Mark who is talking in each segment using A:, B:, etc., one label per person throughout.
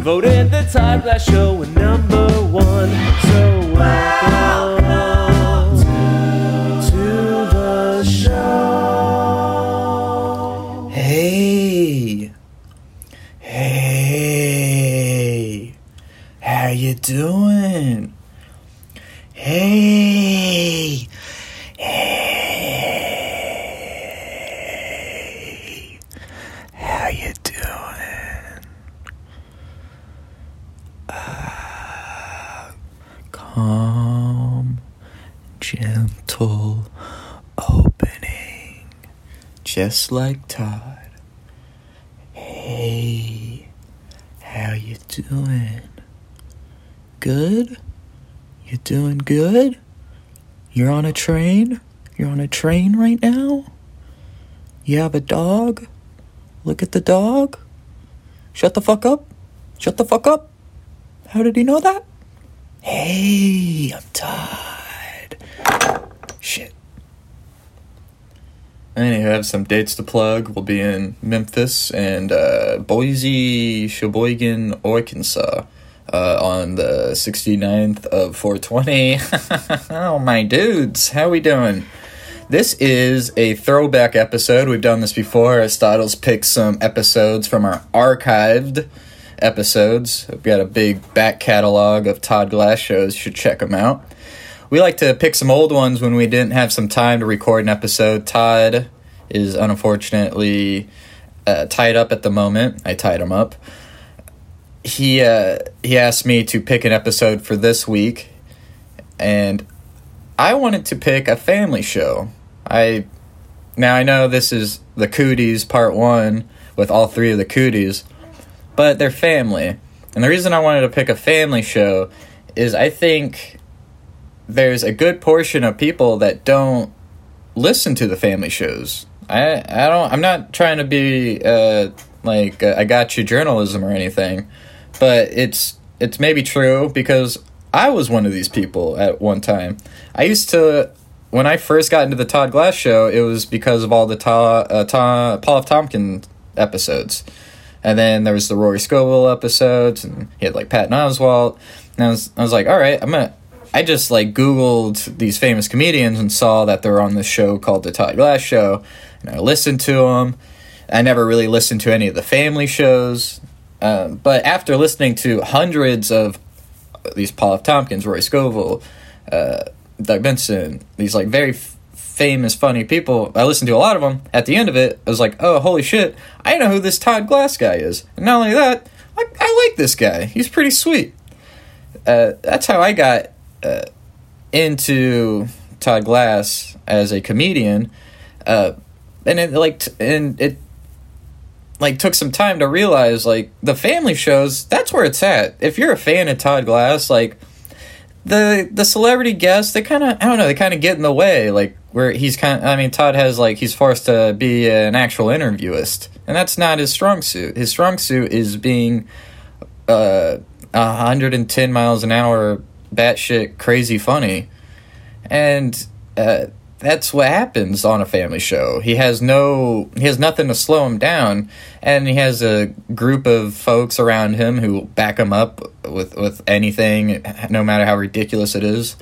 A: voted the Todd Glass Show a number one. So welcome to the show.
B: Hey. Hey. How you doing? Hey. Hey. How you doing? Uh, calm, gentle opening. Just like Todd. Hey, how you doing? Good? You doing good? You're on a train? You're on a train right now? You have a dog? Look at the dog? Shut the fuck up? Shut the fuck up? How did he know that? Hey, I'm tired. Shit. Anywho, I have some dates to plug. We'll be in Memphis and uh, Boise, Sheboygan, Arkansas uh, on the 69th of 420. oh, my dudes, how we doing? This is a throwback episode. We've done this before. Aristotle's picked some episodes from our archived episodes. We've got a big back catalog of Todd Glass shows. You should check them out. We like to pick some old ones when we didn't have some time to record an episode. Todd is unfortunately uh, tied up at the moment. I tied him up. He uh, he asked me to pick an episode for this week, and I wanted to pick a family show. I now I know this is the Cooties Part One with all three of the Cooties, but they're family, and the reason I wanted to pick a family show is I think there's a good portion of people that don't listen to the family shows. I I don't I'm not trying to be uh like uh, I got you journalism or anything, but it's it's maybe true because I was one of these people at one time. I used to when I first got into the Todd Glass show, it was because of all the Ta, uh, Ta, Paul F. Tompkin episodes. And then there was the Rory Scovel episodes, and he had like Patton Oswalt. And I was, I was like, all right, I'm gonna. I just like Googled these famous comedians and saw that they're on this show called The Todd Glass Show, and I listened to them. I never really listened to any of the family shows, um, but after listening to hundreds of these Paul F. Tompkins, Roy Scovel, uh, Doug Benson, these like very f- famous, funny people. I listened to a lot of them. At the end of it, I was like, oh, holy shit, I know who this Todd Glass guy is. And not only that, I, I like this guy. He's pretty sweet. Uh, that's how I got uh, into Todd Glass as a comedian. Uh, and it like t- and it like took some time to realize like the family shows that's where it's at. If you're a fan of Todd Glass, like the the celebrity guests they kind of i don't know they kind of get in the way like where he's kind i mean todd has like he's forced to be an actual interviewist and that's not his strong suit his strong suit is being uh 110 miles an hour batshit crazy funny and uh that's what happens on a family show. He has no, he has nothing to slow him down, and he has a group of folks around him who will back him up with with anything, no matter how ridiculous it is.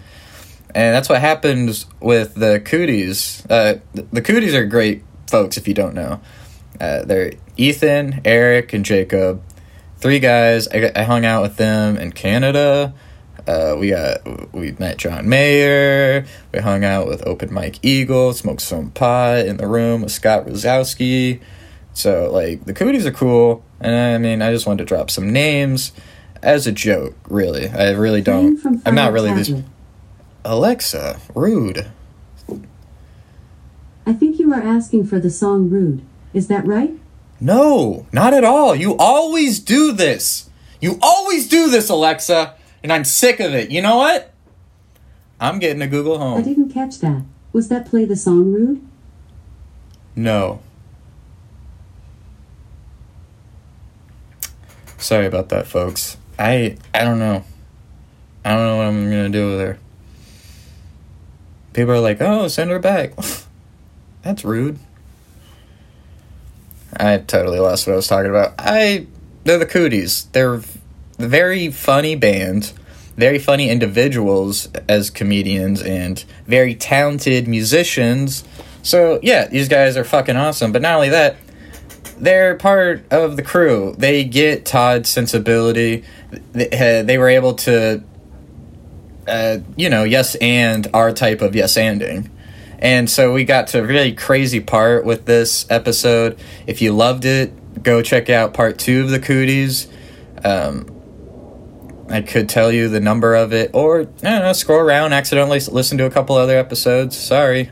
B: And that's what happens with the Cooties. Uh, th- the Cooties are great folks, if you don't know. Uh, they're Ethan, Eric, and Jacob. Three guys. I, I hung out with them in Canada. Uh, we got we met John Mayer. We hung out with Open Mike Eagle, smoked some pot in the room with Scott Rosowski. So like the cooties are cool, and I mean I just wanted to drop some names as a joke. Really, I really don't.
C: from
B: Oh, I'm not
C: Final
B: really this.
C: Fantasy.
B: Alexa, rude.
C: I think you are asking for the song Rude. Is that right?
B: No, not at all. You always do this. You always do this, Alexa, and I'm sick of it. You know what? I'm getting a Google
C: I
B: Home.
C: didn't catch that. Was that play the song Rude?
B: No. Sorry about that, folks. I I don't know. I don't know what I'm gonna do with her. People are like, "Oh, send her back." That's rude. I totally lost what I was talking about. I they're the Cooties. They're a very funny band, very funny individuals as comedians, and very talented musicians. So yeah, these guys are fucking awesome. But not only that, they're part of the crew. They get Todd's sensibility. They, uh, they were able to, uh, you know, yes and our type of yes anding. And so we got to a really crazy part with this episode. If you loved it, go check out part two of the Cooties. Um, I could tell you the number of it, or I don't know, scroll around, accidentally s- listen to a couple other episodes. Sorry.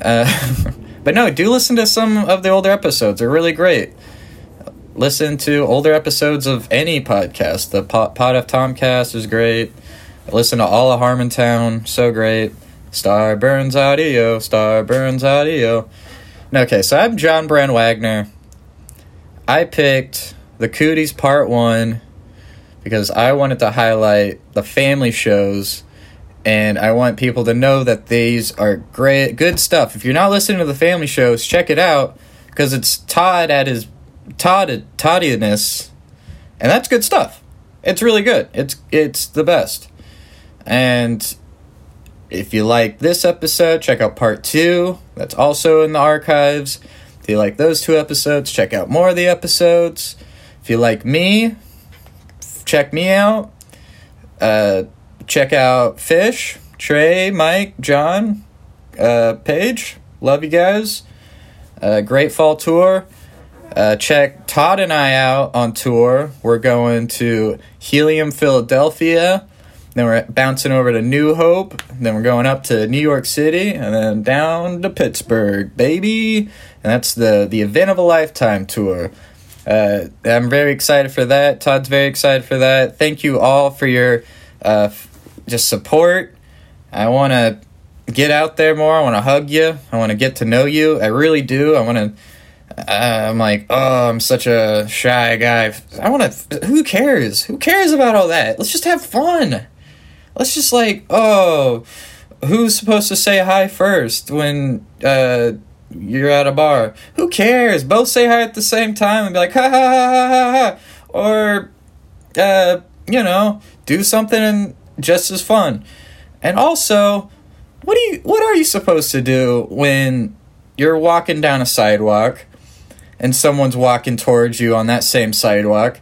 B: Uh, But no, do listen to some of the older episodes. They're really great. Listen to older episodes of any podcast. The Pod, Pod of Tomcast is great. Listen to all of Harmontown. So great. Star Burns Audio. Star Burns Audio. Okay, so I'm John Brand Wagner. I picked The Cooties Part 1 because I wanted to highlight the family shows and I want people to know that these are great, good stuff. If you're not listening to the family shows, check it out because it's Todd at his Todd Toddiness, and that's good stuff. It's really good. It's it's the best. And if you like this episode, check out part two. That's also in the archives. If you like those two episodes, check out more of the episodes. If you like me, check me out uh, check out Fish, Trey, Mike, John, uh, Paige. Love you guys. Uh, great fall tour. Uh, check Todd and I out on tour. We're going to Helium, Philadelphia. Then we're bouncing over to New Hope. Then we're going up to New York City, and then down to Pittsburgh, baby. And that's the the event of a lifetime tour. Uh, I'm very excited for that. Todd's very excited for that. Thank you all for your uh, f- just support. I want to get out there more. I want to hug you. I want to get to know you. I really do. I want to. Uh, I'm like, oh, I'm such a shy guy. I want to. Who cares? Who cares about all that? Let's just have fun. Let's just like, oh, who's supposed to say hi first when uh, you're at a bar? Who cares? Both say hi at the same time and be like, ha ha ha ha ha ha. Or uh, you know, do something and just as fun. And also, what do you what are you supposed to do when you're walking down a sidewalk and someone's walking towards you on that same sidewalk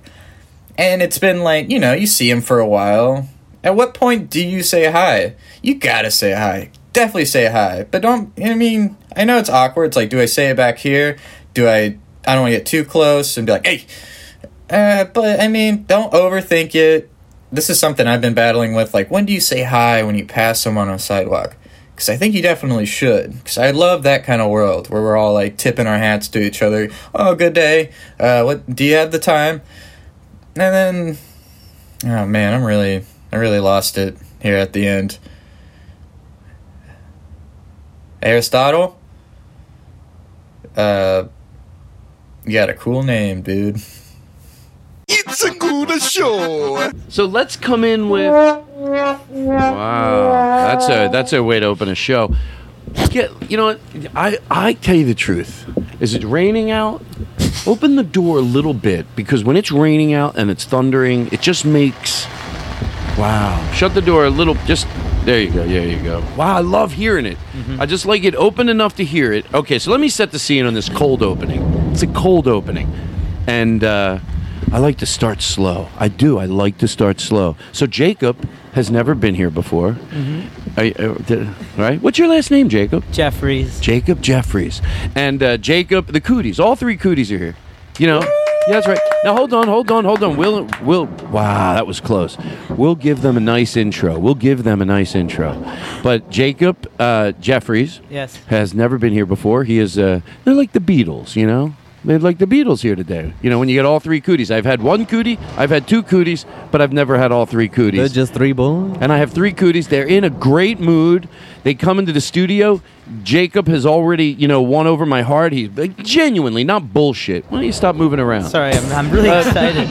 B: and it's been like, you know, you see him for a while. At what point do you say hi? You got to say hi. Definitely say hi. But don't I mean, I know it's awkward. It's like, do I say it back here? Do I I don't want to get too close and be like, "Hey, uh, but I mean, don't overthink it. This is something I've been battling with. Like, when do you say hi when you pass someone on a sidewalk? Because I think you definitely should. Because I love that kind of world where we're all like tipping our hats to each other. Oh, good day. Uh, what do you have the time? And then, oh man, I'm really, I really lost it here at the end. Aristotle, uh, you got a cool name, dude.
D: So let's come in with. Wow, that's a that's a way to open a show. Get you know what? I I tell you the truth. Is it raining out? Open the door a little bit because when it's raining out and it's thundering, it just makes wow. Shut the door a little. Just there you go. There you go. Wow, I love hearing it. I just like it open enough to hear it. Okay, so let me set the scene on this cold opening. It's a cold opening, and uh, I like to start slow. I do. I like to start slow. So Jacob has never been here before. I, uh, did- right? What's your last name, Jacob?
E: Jeffries.
D: Jacob Jeffries. And uh, Jacob, the cooties. All three cooties are here. You know? Yeah, that's right. Now hold on, hold on, hold on. We'll, we'll, wow, that was close. We'll give them a nice intro. We'll give them a nice intro. But Jacob uh, Jeffries
E: Yes.
D: has never been here before. He is, uh, they're like the Beatles, you know? They're like the Beatles here today. You know, when you get all three cooties. I've had one cootie, I've had two cooties, but I've never had all three cooties
F: They're just three boys.
D: and I have three cooties. They're in a great mood. They come into the studio. Jacob has already, you know, won over my heart. He's like, genuinely not bullshit. Why don't you stop moving around?
E: Sorry, I'm, I'm really excited.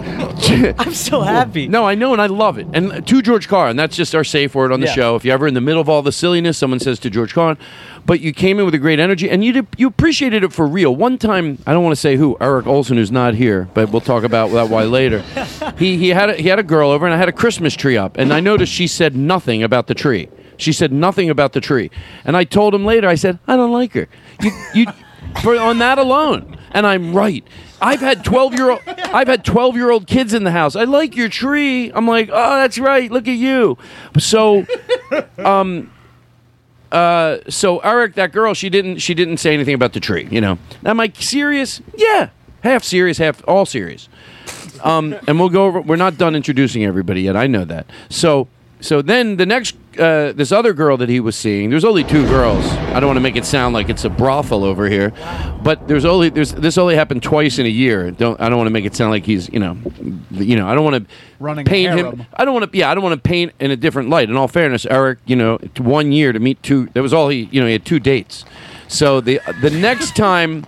E: I'm so happy.
D: No, I know, and I love it. And to George Carr, and that's just our safe word on the
E: Yeah.
D: show. If you're ever in the middle of all the silliness, someone says to George Carr, but you came in with a great energy, and you did, you appreciated it for real. One time, I don't want to say who, Eric Olson, who's not here, but we'll talk about that why later. he he had a, he had a girl over, and I had a Christmas tree up, and I noticed she said nothing about the tree. She said nothing about the tree, and I told him later. I said, I don't like her. You you. for on that alone. And I'm right. I've had twelve year old I've had twelve year old kids in the house. I like your tree. I'm like, oh, that's right. Look at you. So, um, uh, so Eric, that girl, she didn't she didn't say anything about the tree. You know. Am I serious? Yeah, half serious, half all serious. Um, and we'll go over. We're not done introducing everybody yet. I know that. So, so then the next, uh, this other girl that he was seeing. There's only two girls. I don't want to make it sound like it's a brothel over here, but there's only there's this only happened twice in a year. Don't I don't want to make it sound like he's you know, you know I don't want to
G: Running a
D: paint him.
G: harem.
D: I don't want to yeah I don't want to paint in a different light. In all fairness, Eric, you know, t- one year to meet two. That was all he you know he had two dates. So the the next time.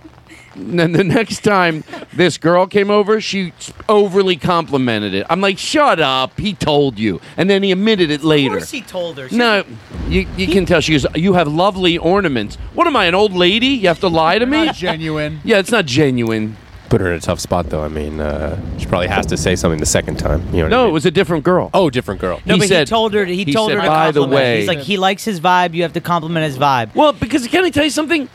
D: And then the next time this girl came over, she overly complimented it. I'm like, shut up. He told you. And then he admitted it
E: Of
D: later.
E: course he told her. She-
D: no, you, you can tell. She goes, You have lovely ornaments. What am I, an old lady? You have to lie to me?
G: Not genuine.
D: Yeah, it's not genuine.
H: Put her in a tough spot, though. I mean, uh, she probably has to say something the second time. You know what I
D: No, it
H: mean?
D: was a different girl.
H: oh, different girl.
E: No,
D: he
E: but
D: said-
E: he told her. He,
D: he
E: told
D: said,
E: her. To
D: "By the
E: compliment her."
D: way-
E: he's like, he likes his vibe. You have to compliment his vibe.
D: Well, because can I tell you something?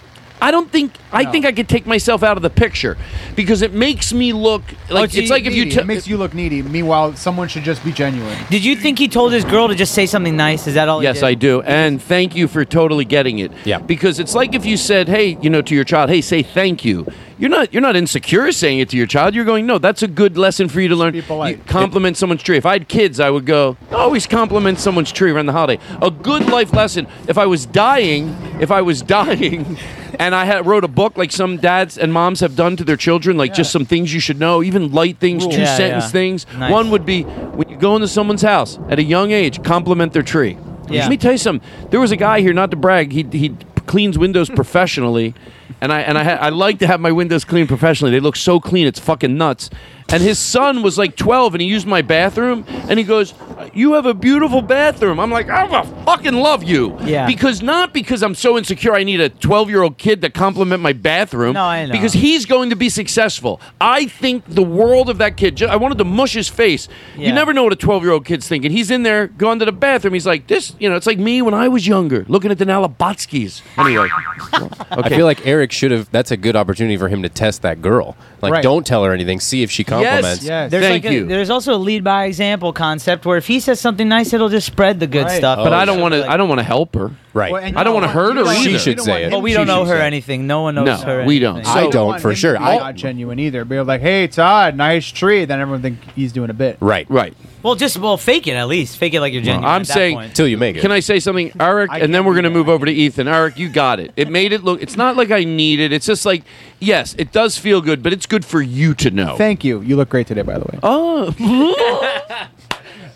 D: I don't think I think I could take myself out of the picture because it makes me look
E: Oh,
G: Oh,
D: like it's like if you
G: Needy.
D: took
G: it makes you look needy. Meanwhile, someone should just be genuine.
E: Did you think he told his girl to just say something nice? Is that all? he
D: Yes,
E: did?
D: I do. And thank you for totally getting it.
H: Yeah.
D: Because it's like if you said, "Hey, you know, to your child, hey, say thank you." You're not you're not insecure saying it to your child. You're going, "No, that's a good lesson for you to learn."
G: Be polite.
D: You compliment someone's tree. If I had kids, I would go, "Always compliment someone's tree around the holiday." A good life lesson. If I was dying, if I was dying, and I had wrote a book like some dads and moms have done to their children, like just some things you should know, even light things, two
E: Yeah,
D: sentence
E: yeah.
D: things.
E: Nice.
D: One would be when you go into someone's house at a young age, compliment their tree.
E: Yeah.
D: Let me tell you something. There was a guy here, not to brag. He he cleans windows professionally, and I and I ha- I like to have my windows cleaned professionally. They look so clean, it's fucking nuts. And his son was like 12, and he used my bathroom, and he goes, "You have a beautiful bathroom." I'm like, "I fucking love you."
E: Yeah.
D: Because not because I'm so insecure. I need a 12 year old kid to compliment my bathroom.
E: No, I know.
D: Because he's going to be successful. I think the world of that kid. ju- I wanted to mush his face. You
E: Yeah.
D: never know what a 12 year old kid's thinking. He's in there going to the bathroom. He's like, this, you know, it's like me when I was younger, looking at the Nalabotskis. Anyway.
H: I feel like Eric should have. That's a good opportunity for him to test that girl. Like,
G: Right.
H: don't tell her anything. See if she compliments.
D: Yes. yes.
G: Yes.
E: There's
D: Thank
E: like a,
D: you.
E: There's also a lead by example concept where if he says something nice, it'll just spread the good
G: Right.
E: stuff.
D: but
H: Oh,
D: I don't
H: yeah.
D: want to. I don't want to help her.
H: Right.
G: Well, and
D: I
G: you
D: don't wanna
G: want-
D: hurt
G: you don't
D: her
G: want-
H: She
G: you
H: should
G: don't
H: say
G: want
H: it.
G: him
E: Well, we
G: to
E: don't
G: be
E: know her
G: genuine.
E: anything. No one knows
D: No,
E: her.
D: we don't.
E: anything.
D: So-
H: I don't,
G: want
H: for
G: him to
H: sure.
G: be
H: I'll-
G: not genuine either. Be like, hey, Todd, nice tree. Then everyone think he's doing a bit.
H: Right.
D: Right.
E: Well, just well, fake it at least. Fake it like you're genuine.
D: I'm
E: at that
D: saying-
E: point.
H: Till you make it.
D: Can I say something, Eric?
G: I
D: and then
G: can't
D: we're
G: do
D: going to
G: that.
D: move over to Ethan. Eric, you got it. It made it look. It's not like I need it. It's just like, yes, it does feel good, but it's good for you to know.
G: Thank you. You look great today, by the way.
D: Oh.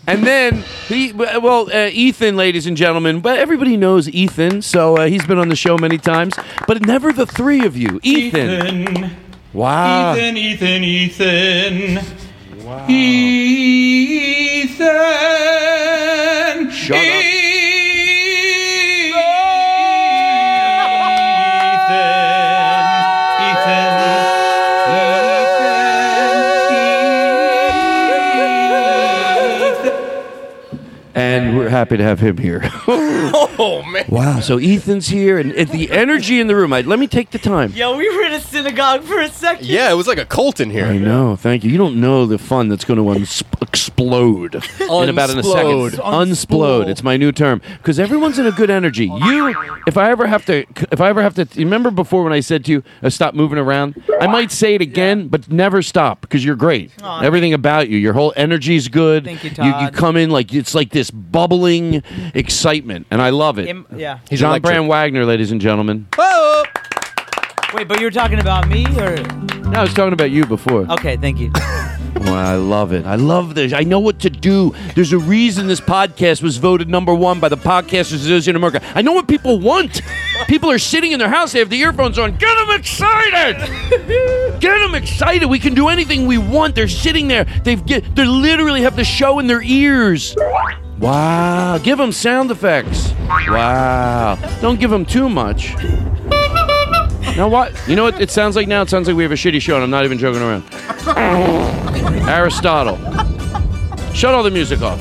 D: And then he, well, uh, Ethan, ladies and gentlemen, but everybody knows Ethan, so uh, he's been on the show many times, but never the three of you. Ethan. Wow.
I: Ethan, Ethan, Ethan. Ethan.
D: Shut up.
I: Ethan.
D: happy to have him here.
E: oh man.
D: wow. So Ethan's here, and, and the energy in the room. I, let me take the time.
E: Yo, we were in a synagogue for a second.
H: Yeah, it was like a cult in
D: I
H: here.
D: know. Thank you. You don't know the fun that's going to uns- explode in about in a second.
H: Unsplode.
D: Unsplode. It's my new term because everyone's in a good energy. You, if I ever have to, if I ever have to, remember before when I said to you, uh, stop moving around. I might say it again, but never stop because you're great.
E: Aw,
D: Everything about you, your whole energy is good.
E: Thank you,
D: You,
E: Todd.
D: come in like it's like this bubbling excitement, and I love it.
E: Im- yeah.
H: He's
D: John
H: electric.
D: Brand Wagner, ladies and gentlemen.
E: Whoa. Wait, but you were talking about me or?
D: No, I was talking about you before.
E: Okay, thank you.
D: Well, I love it. I love this. I know what to do. There's a reason this podcast was voted number one by the Podcasters Association of America. I know what people want. People are sitting in their house. They have the earphones on. Get them excited. Get them excited. We can do anything we want. They're sitting there. They've get. They literally have the show in their ears. Wow. Give them sound effects. Wow. Don't give them too much. Now what? You know what it sounds like now? It sounds like we have a shitty show, and I'm not even joking around. Aristotle. Shut all the music off.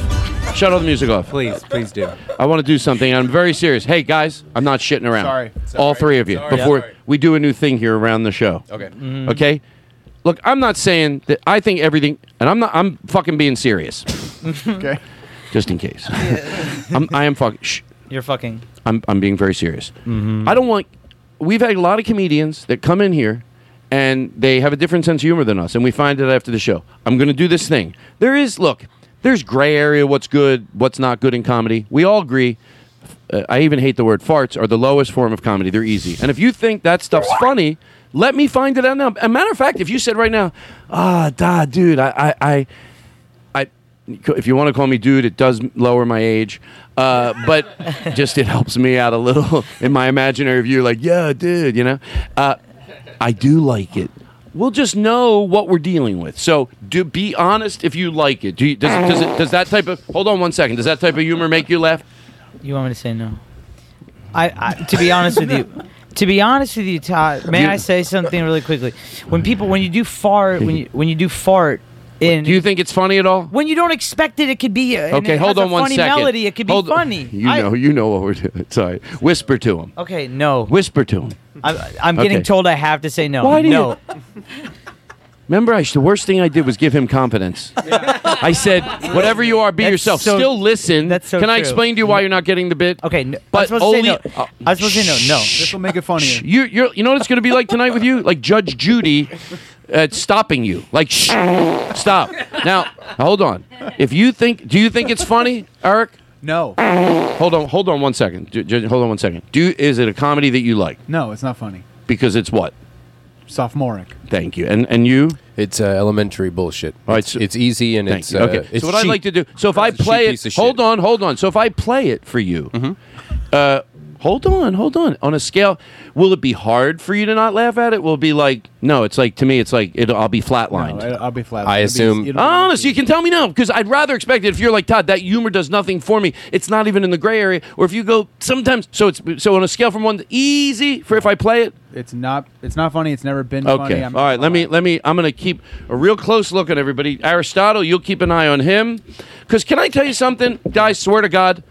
D: Shut all the music off.
H: Please, please do.
D: I want to do something. I'm very serious. Hey guys, I'm not shitting around.
G: Sorry.
D: All three of you. Before we do a new thing here around the show.
H: Okay.
D: Okay? Look, I'm not saying that I think everything and I'm not I'm fucking being serious.
G: Okay.
D: Just in case. I'm I am fucking shh.
E: You're fucking.
D: I'm, I'm being very serious. I don't want. We've had a lot of comedians that come in here and they have a different sense of humor than us, and we find it after the show. I'm going to do this thing. There is, look, there's gray area what's good, what's not good in comedy. We all agree. Uh, I even hate the word farts are the lowest form of comedy. They're easy. And if you think that stuff's funny, let me find it out now. A matter of fact, if you said right now, ah, da, dude, I, I, I I, if you want to call me dude, it does lower my age, uh, but just it helps me out a little in my imaginary view. Like, yeah, dude, you know, uh, I do like it. We'll just know what we're dealing with. So, do be honest if you like it. Do you, does, it- does, it, does that type of hold on one second? Does that type of humor make you laugh?
E: You want me to say no? I, I to be honest with you. To be honest with you, Todd, may
D: You-
E: I say something really quickly? When people, when you do fart, when you when you do fart in,
D: Do you think it's funny at all?
E: when you don't expect it, it could be. uh, and
D: Okay,
E: it
D: hold
E: has
D: on
E: a
D: one
E: funny
D: second.
E: melody, it could be
D: Hold-
E: funny.
D: You
E: I-
D: know, you know what we're doing. Sorry, whisper to him.
E: okay, no.
D: Whisper to him.
E: I, I'm getting
D: Okay.
E: told I have to say no.
D: Why do
E: no.
D: Remember, I, the worst thing I did was give him confidence. I said, "Whatever you are, be
E: That's
D: yourself.
E: so-
D: Still listen."
E: that's so
D: Can I
E: true.
D: explain to you why you're not getting the bit?
E: Okay, n-
D: But
E: I was supposed
D: only-
E: to say no. I was supposed to say no. No.
G: This will make it funnier.
D: You, you're, you know what it's going to be like tonight with you? Like Judge Judy uh, stopping you. Like, shh, stop. Now, hold on. If you think, do you think it's funny, Eric?
G: No.
D: Hold on, hold on one second. Ju- ju- hold on one second. Do is it a comedy that you like?
G: No, it's not funny.
D: Because it's what?
G: Sophomoric.
D: Thank you. And and you?
H: It's uh, elementary bullshit.
D: All right,
H: it's,
D: so-
H: it's easy and
D: Thank
H: it's
D: you.
H: uh,
D: okay.
H: It's
D: so what I
H: cheap.
D: like to do. So if I
H: It's a cheap
D: play
H: piece
D: it,
H: of
D: hold
H: shit. Mm-hmm.
D: on, hold on. So if I play it for you, uh, hold on, hold on. On a scale, will it be hard for you to not laugh at it? Will it be like no? It's like to me, it's like it, I'll be
G: No,
D: flatlined.
G: I- I'll be flat.
H: I
G: It'll be-
H: assume-
G: it'll be-
D: Honest, you can tell me no because I'd rather expect it if you're like Todd. That humor does nothing for me. It's not even in the gray area. Or if you go sometimes, so it's so on a scale from one to easy for if I play it.
G: It's not. It's not funny. It's never been funny.
D: Okay,
G: I'm-
D: all right. Let me let me. I'm gonna keep a real close look at everybody. Aristotle, you'll keep an eye on him, because can I tell you something, guys? Swear to God,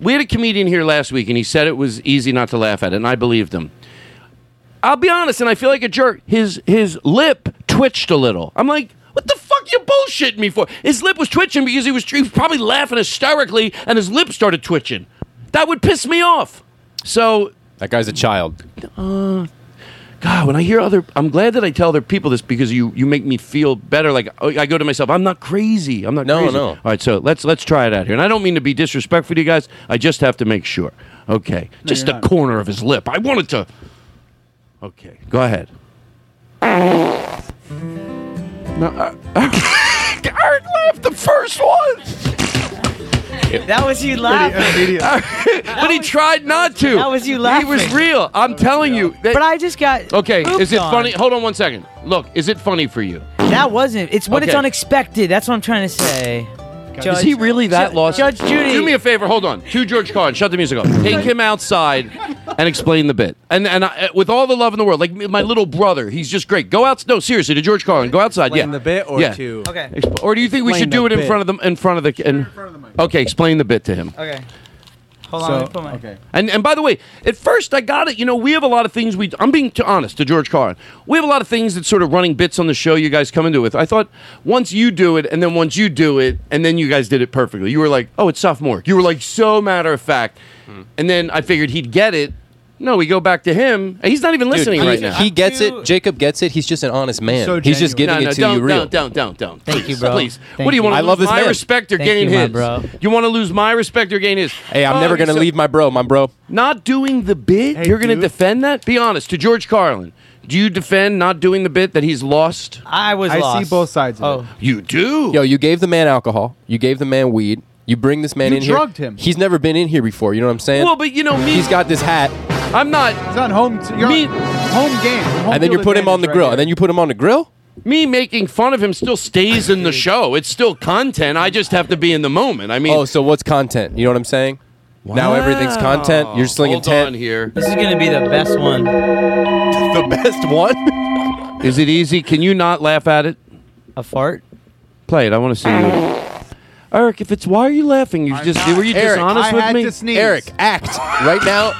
D: we had a comedian here last week, and he said it was easy not to laugh at, it, and I believed him. I'll be honest, and I feel like a jerk. His his lip twitched a little. I'm like, what the fuck you bullshitting me for? His lip was twitching because he was, he was probably laughing hysterically, and his lip started twitching. That would piss me off. So
H: That guy's a child.
D: God, when I hear other, I'm glad that I tell other people this because you you make me feel better. Like oh, I go to myself, I'm not crazy. I'm not
H: No,
D: crazy.
H: no.
D: All right, so let's let's try it out here. And I don't mean to be disrespectful to you guys. I just have to make sure. Okay, just the corner of his lip. I wanted to. Okay, go ahead. No, uh, Eric laughed the first one,
E: That was you laughing.
D: but he tried not to.
E: that was you
D: He was
E: laughing.
D: real. I'm telling you. that-
E: But I just got.
D: okay, is
E: pooped
D: it
E: on.
D: funny? Hold on one second. Look, is it funny for you?
E: That wasn't. It's when it's
D: Okay.
E: unexpected. That's what I'm trying to say. Judge,
D: Is he really that
E: Ju-
D: lost?
E: Judge Judy.
D: Do me a favor. Hold on. To George Carlin, shut the music off. Take him outside and explain the bit. And and I, uh, with all the love in the world, like my little brother, he's just great. Go out. No, seriously, to George Carlin, go outside. yeah.
F: the bit or
D: yeah.
F: to
E: Okay.
D: Exp- Or do you think we
F: Explain
D: should do
F: the
D: it in
F: bit.
D: front of them? In front of the. In, okay, explain the bit to him.
E: Okay. Hold on,
J: So-
E: let me put my.
J: okay.
D: And and by the way, at first I got it. You know, we have a lot of things we. I'm being too honest to George Carlin. We have a lot of things that sort of running bits on the show. You guys come into it with. I thought once you do it, and then once you do it, and then you guys did it perfectly. You were like, oh, it's sophomore. You were like so matter of fact.
B: Hmm.
D: And then I figured he'd get it. No, we go back to him. He's not even
B: Dude,
D: listening
B: he,
D: right now.
B: He gets it. Jacob gets it. He's just an honest man.
D: so
B: He's just giving
D: genuine. No,
B: it to
D: no,
B: you
D: don't,
B: real.
D: Don't, don't, don't.
B: Thank
D: Please,
B: you, bro.
D: Please.
B: Thank
D: what do you
B: you.
D: want to
B: I
D: lose
B: love this
D: my
B: man.
D: respect or
B: Thank
D: gain
B: you, my
D: his?
B: bro.
D: You want to lose my respect or gain his?
B: Hey, I'm
D: Oh,
B: never gonna
D: so-
B: leave my bro. My bro.
D: not doing the bit? You're going to defend that? Be honest to George Carlin. Do you defend not doing the bit that he's lost?
E: I was
J: I
E: lost. Oh.
J: see both sides of it.
D: You do.
B: Yo, you gave the man alcohol. You gave the man weed. You bring this man
J: You
B: in
J: drugged
B: here.
J: him.
B: He's never been in here before. You know what I'm saying?
D: Well, but you know me.
B: He's got this hat,
D: I'm not
J: It's on home. T- you're
D: Me-
J: on home game.
B: and
J: Home
B: then
J: field
B: you put him on the
J: advantage right
B: grill,
J: here.
B: and then you put him on the grill.
D: me making fun of him still stays in the show. It's still content. I just have to be in the moment. I mean,
B: Oh, so what's content? You know what I'm saying? Now everything's content. You're slinging
D: hold
B: tent.
D: on here.
E: This is gonna be the best one.
B: The best one.
D: Is it easy? Can you not laugh at it?
E: A fart.
D: Play it. I want to see you. Eric, if it's why are you laughing? You just were you
B: Eric,
D: dishonest
J: I
D: with
J: had
D: me?
J: to sneeze.
B: Eric, act right now.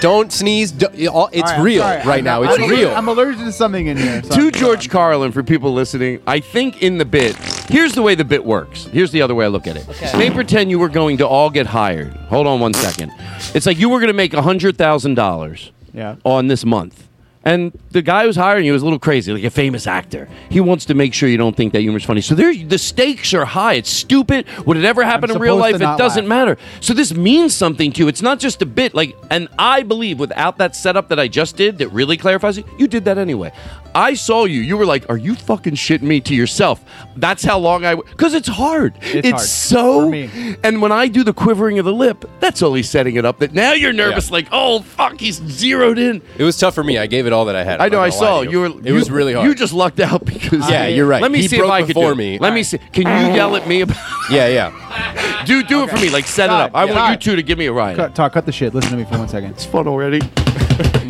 B: Don't sneeze. Do- it all- It's
J: All right, I'm
B: real
J: sorry.
B: right
J: I'm-
B: now.
J: I'm
B: It's
J: allergic-
B: real.
J: I'm allergic to something in here. so
D: to
J: I'm-
D: George Carlin for people listening, I think in the bit, here's the way the bit works. Here's the other way I look at it. They pretend you were going to all get hired. Hold on one second. It's like you were going to make $100,000
J: Yeah.
D: on this month. And the guy who's hiring you is a little crazy, like a famous actor. He wants to make sure you don't think that humor's funny. So there, the stakes are high. It's stupid. Would it ever happen
J: I'm
D: in real
J: supposed
D: life?
J: to
D: It
J: not
D: doesn't
J: laugh.
D: matter. So this means something to you. It's not just a bit. Like, and I believe without that setup that I just did, that really clarifies it. You did that anyway. I saw you. You were like, "Are you fucking shitting me?" To yourself. That's how long I. Because it's hard. It's,
J: hard. For
D: so.
J: me.
D: And when I do the quivering of the lip, that's only setting it up. That now you're nervous. Like, oh fuck, he's zeroed in.
B: It was tough for me. I gave it all that I had.
D: I
B: I'm
D: know.
B: not
D: I
B: gonna lie
D: saw
B: to
D: you. were.
B: It
D: you-
B: was really hard.
D: You just lucked out because.
B: Yeah, you're right.
D: Let me
B: He
D: see if
B: broke
D: I could do
B: before
D: it.
B: me.
D: Let me see. Can you yell at me about?
B: yeah, yeah.
D: Do do it for me. Like set it up.
J: Todd,
D: I
J: yeah.
D: want you
J: Todd.
D: two to give me a ride.
J: Cut, Todd, cut the shit. Listen to me for one second.
D: It's fun already.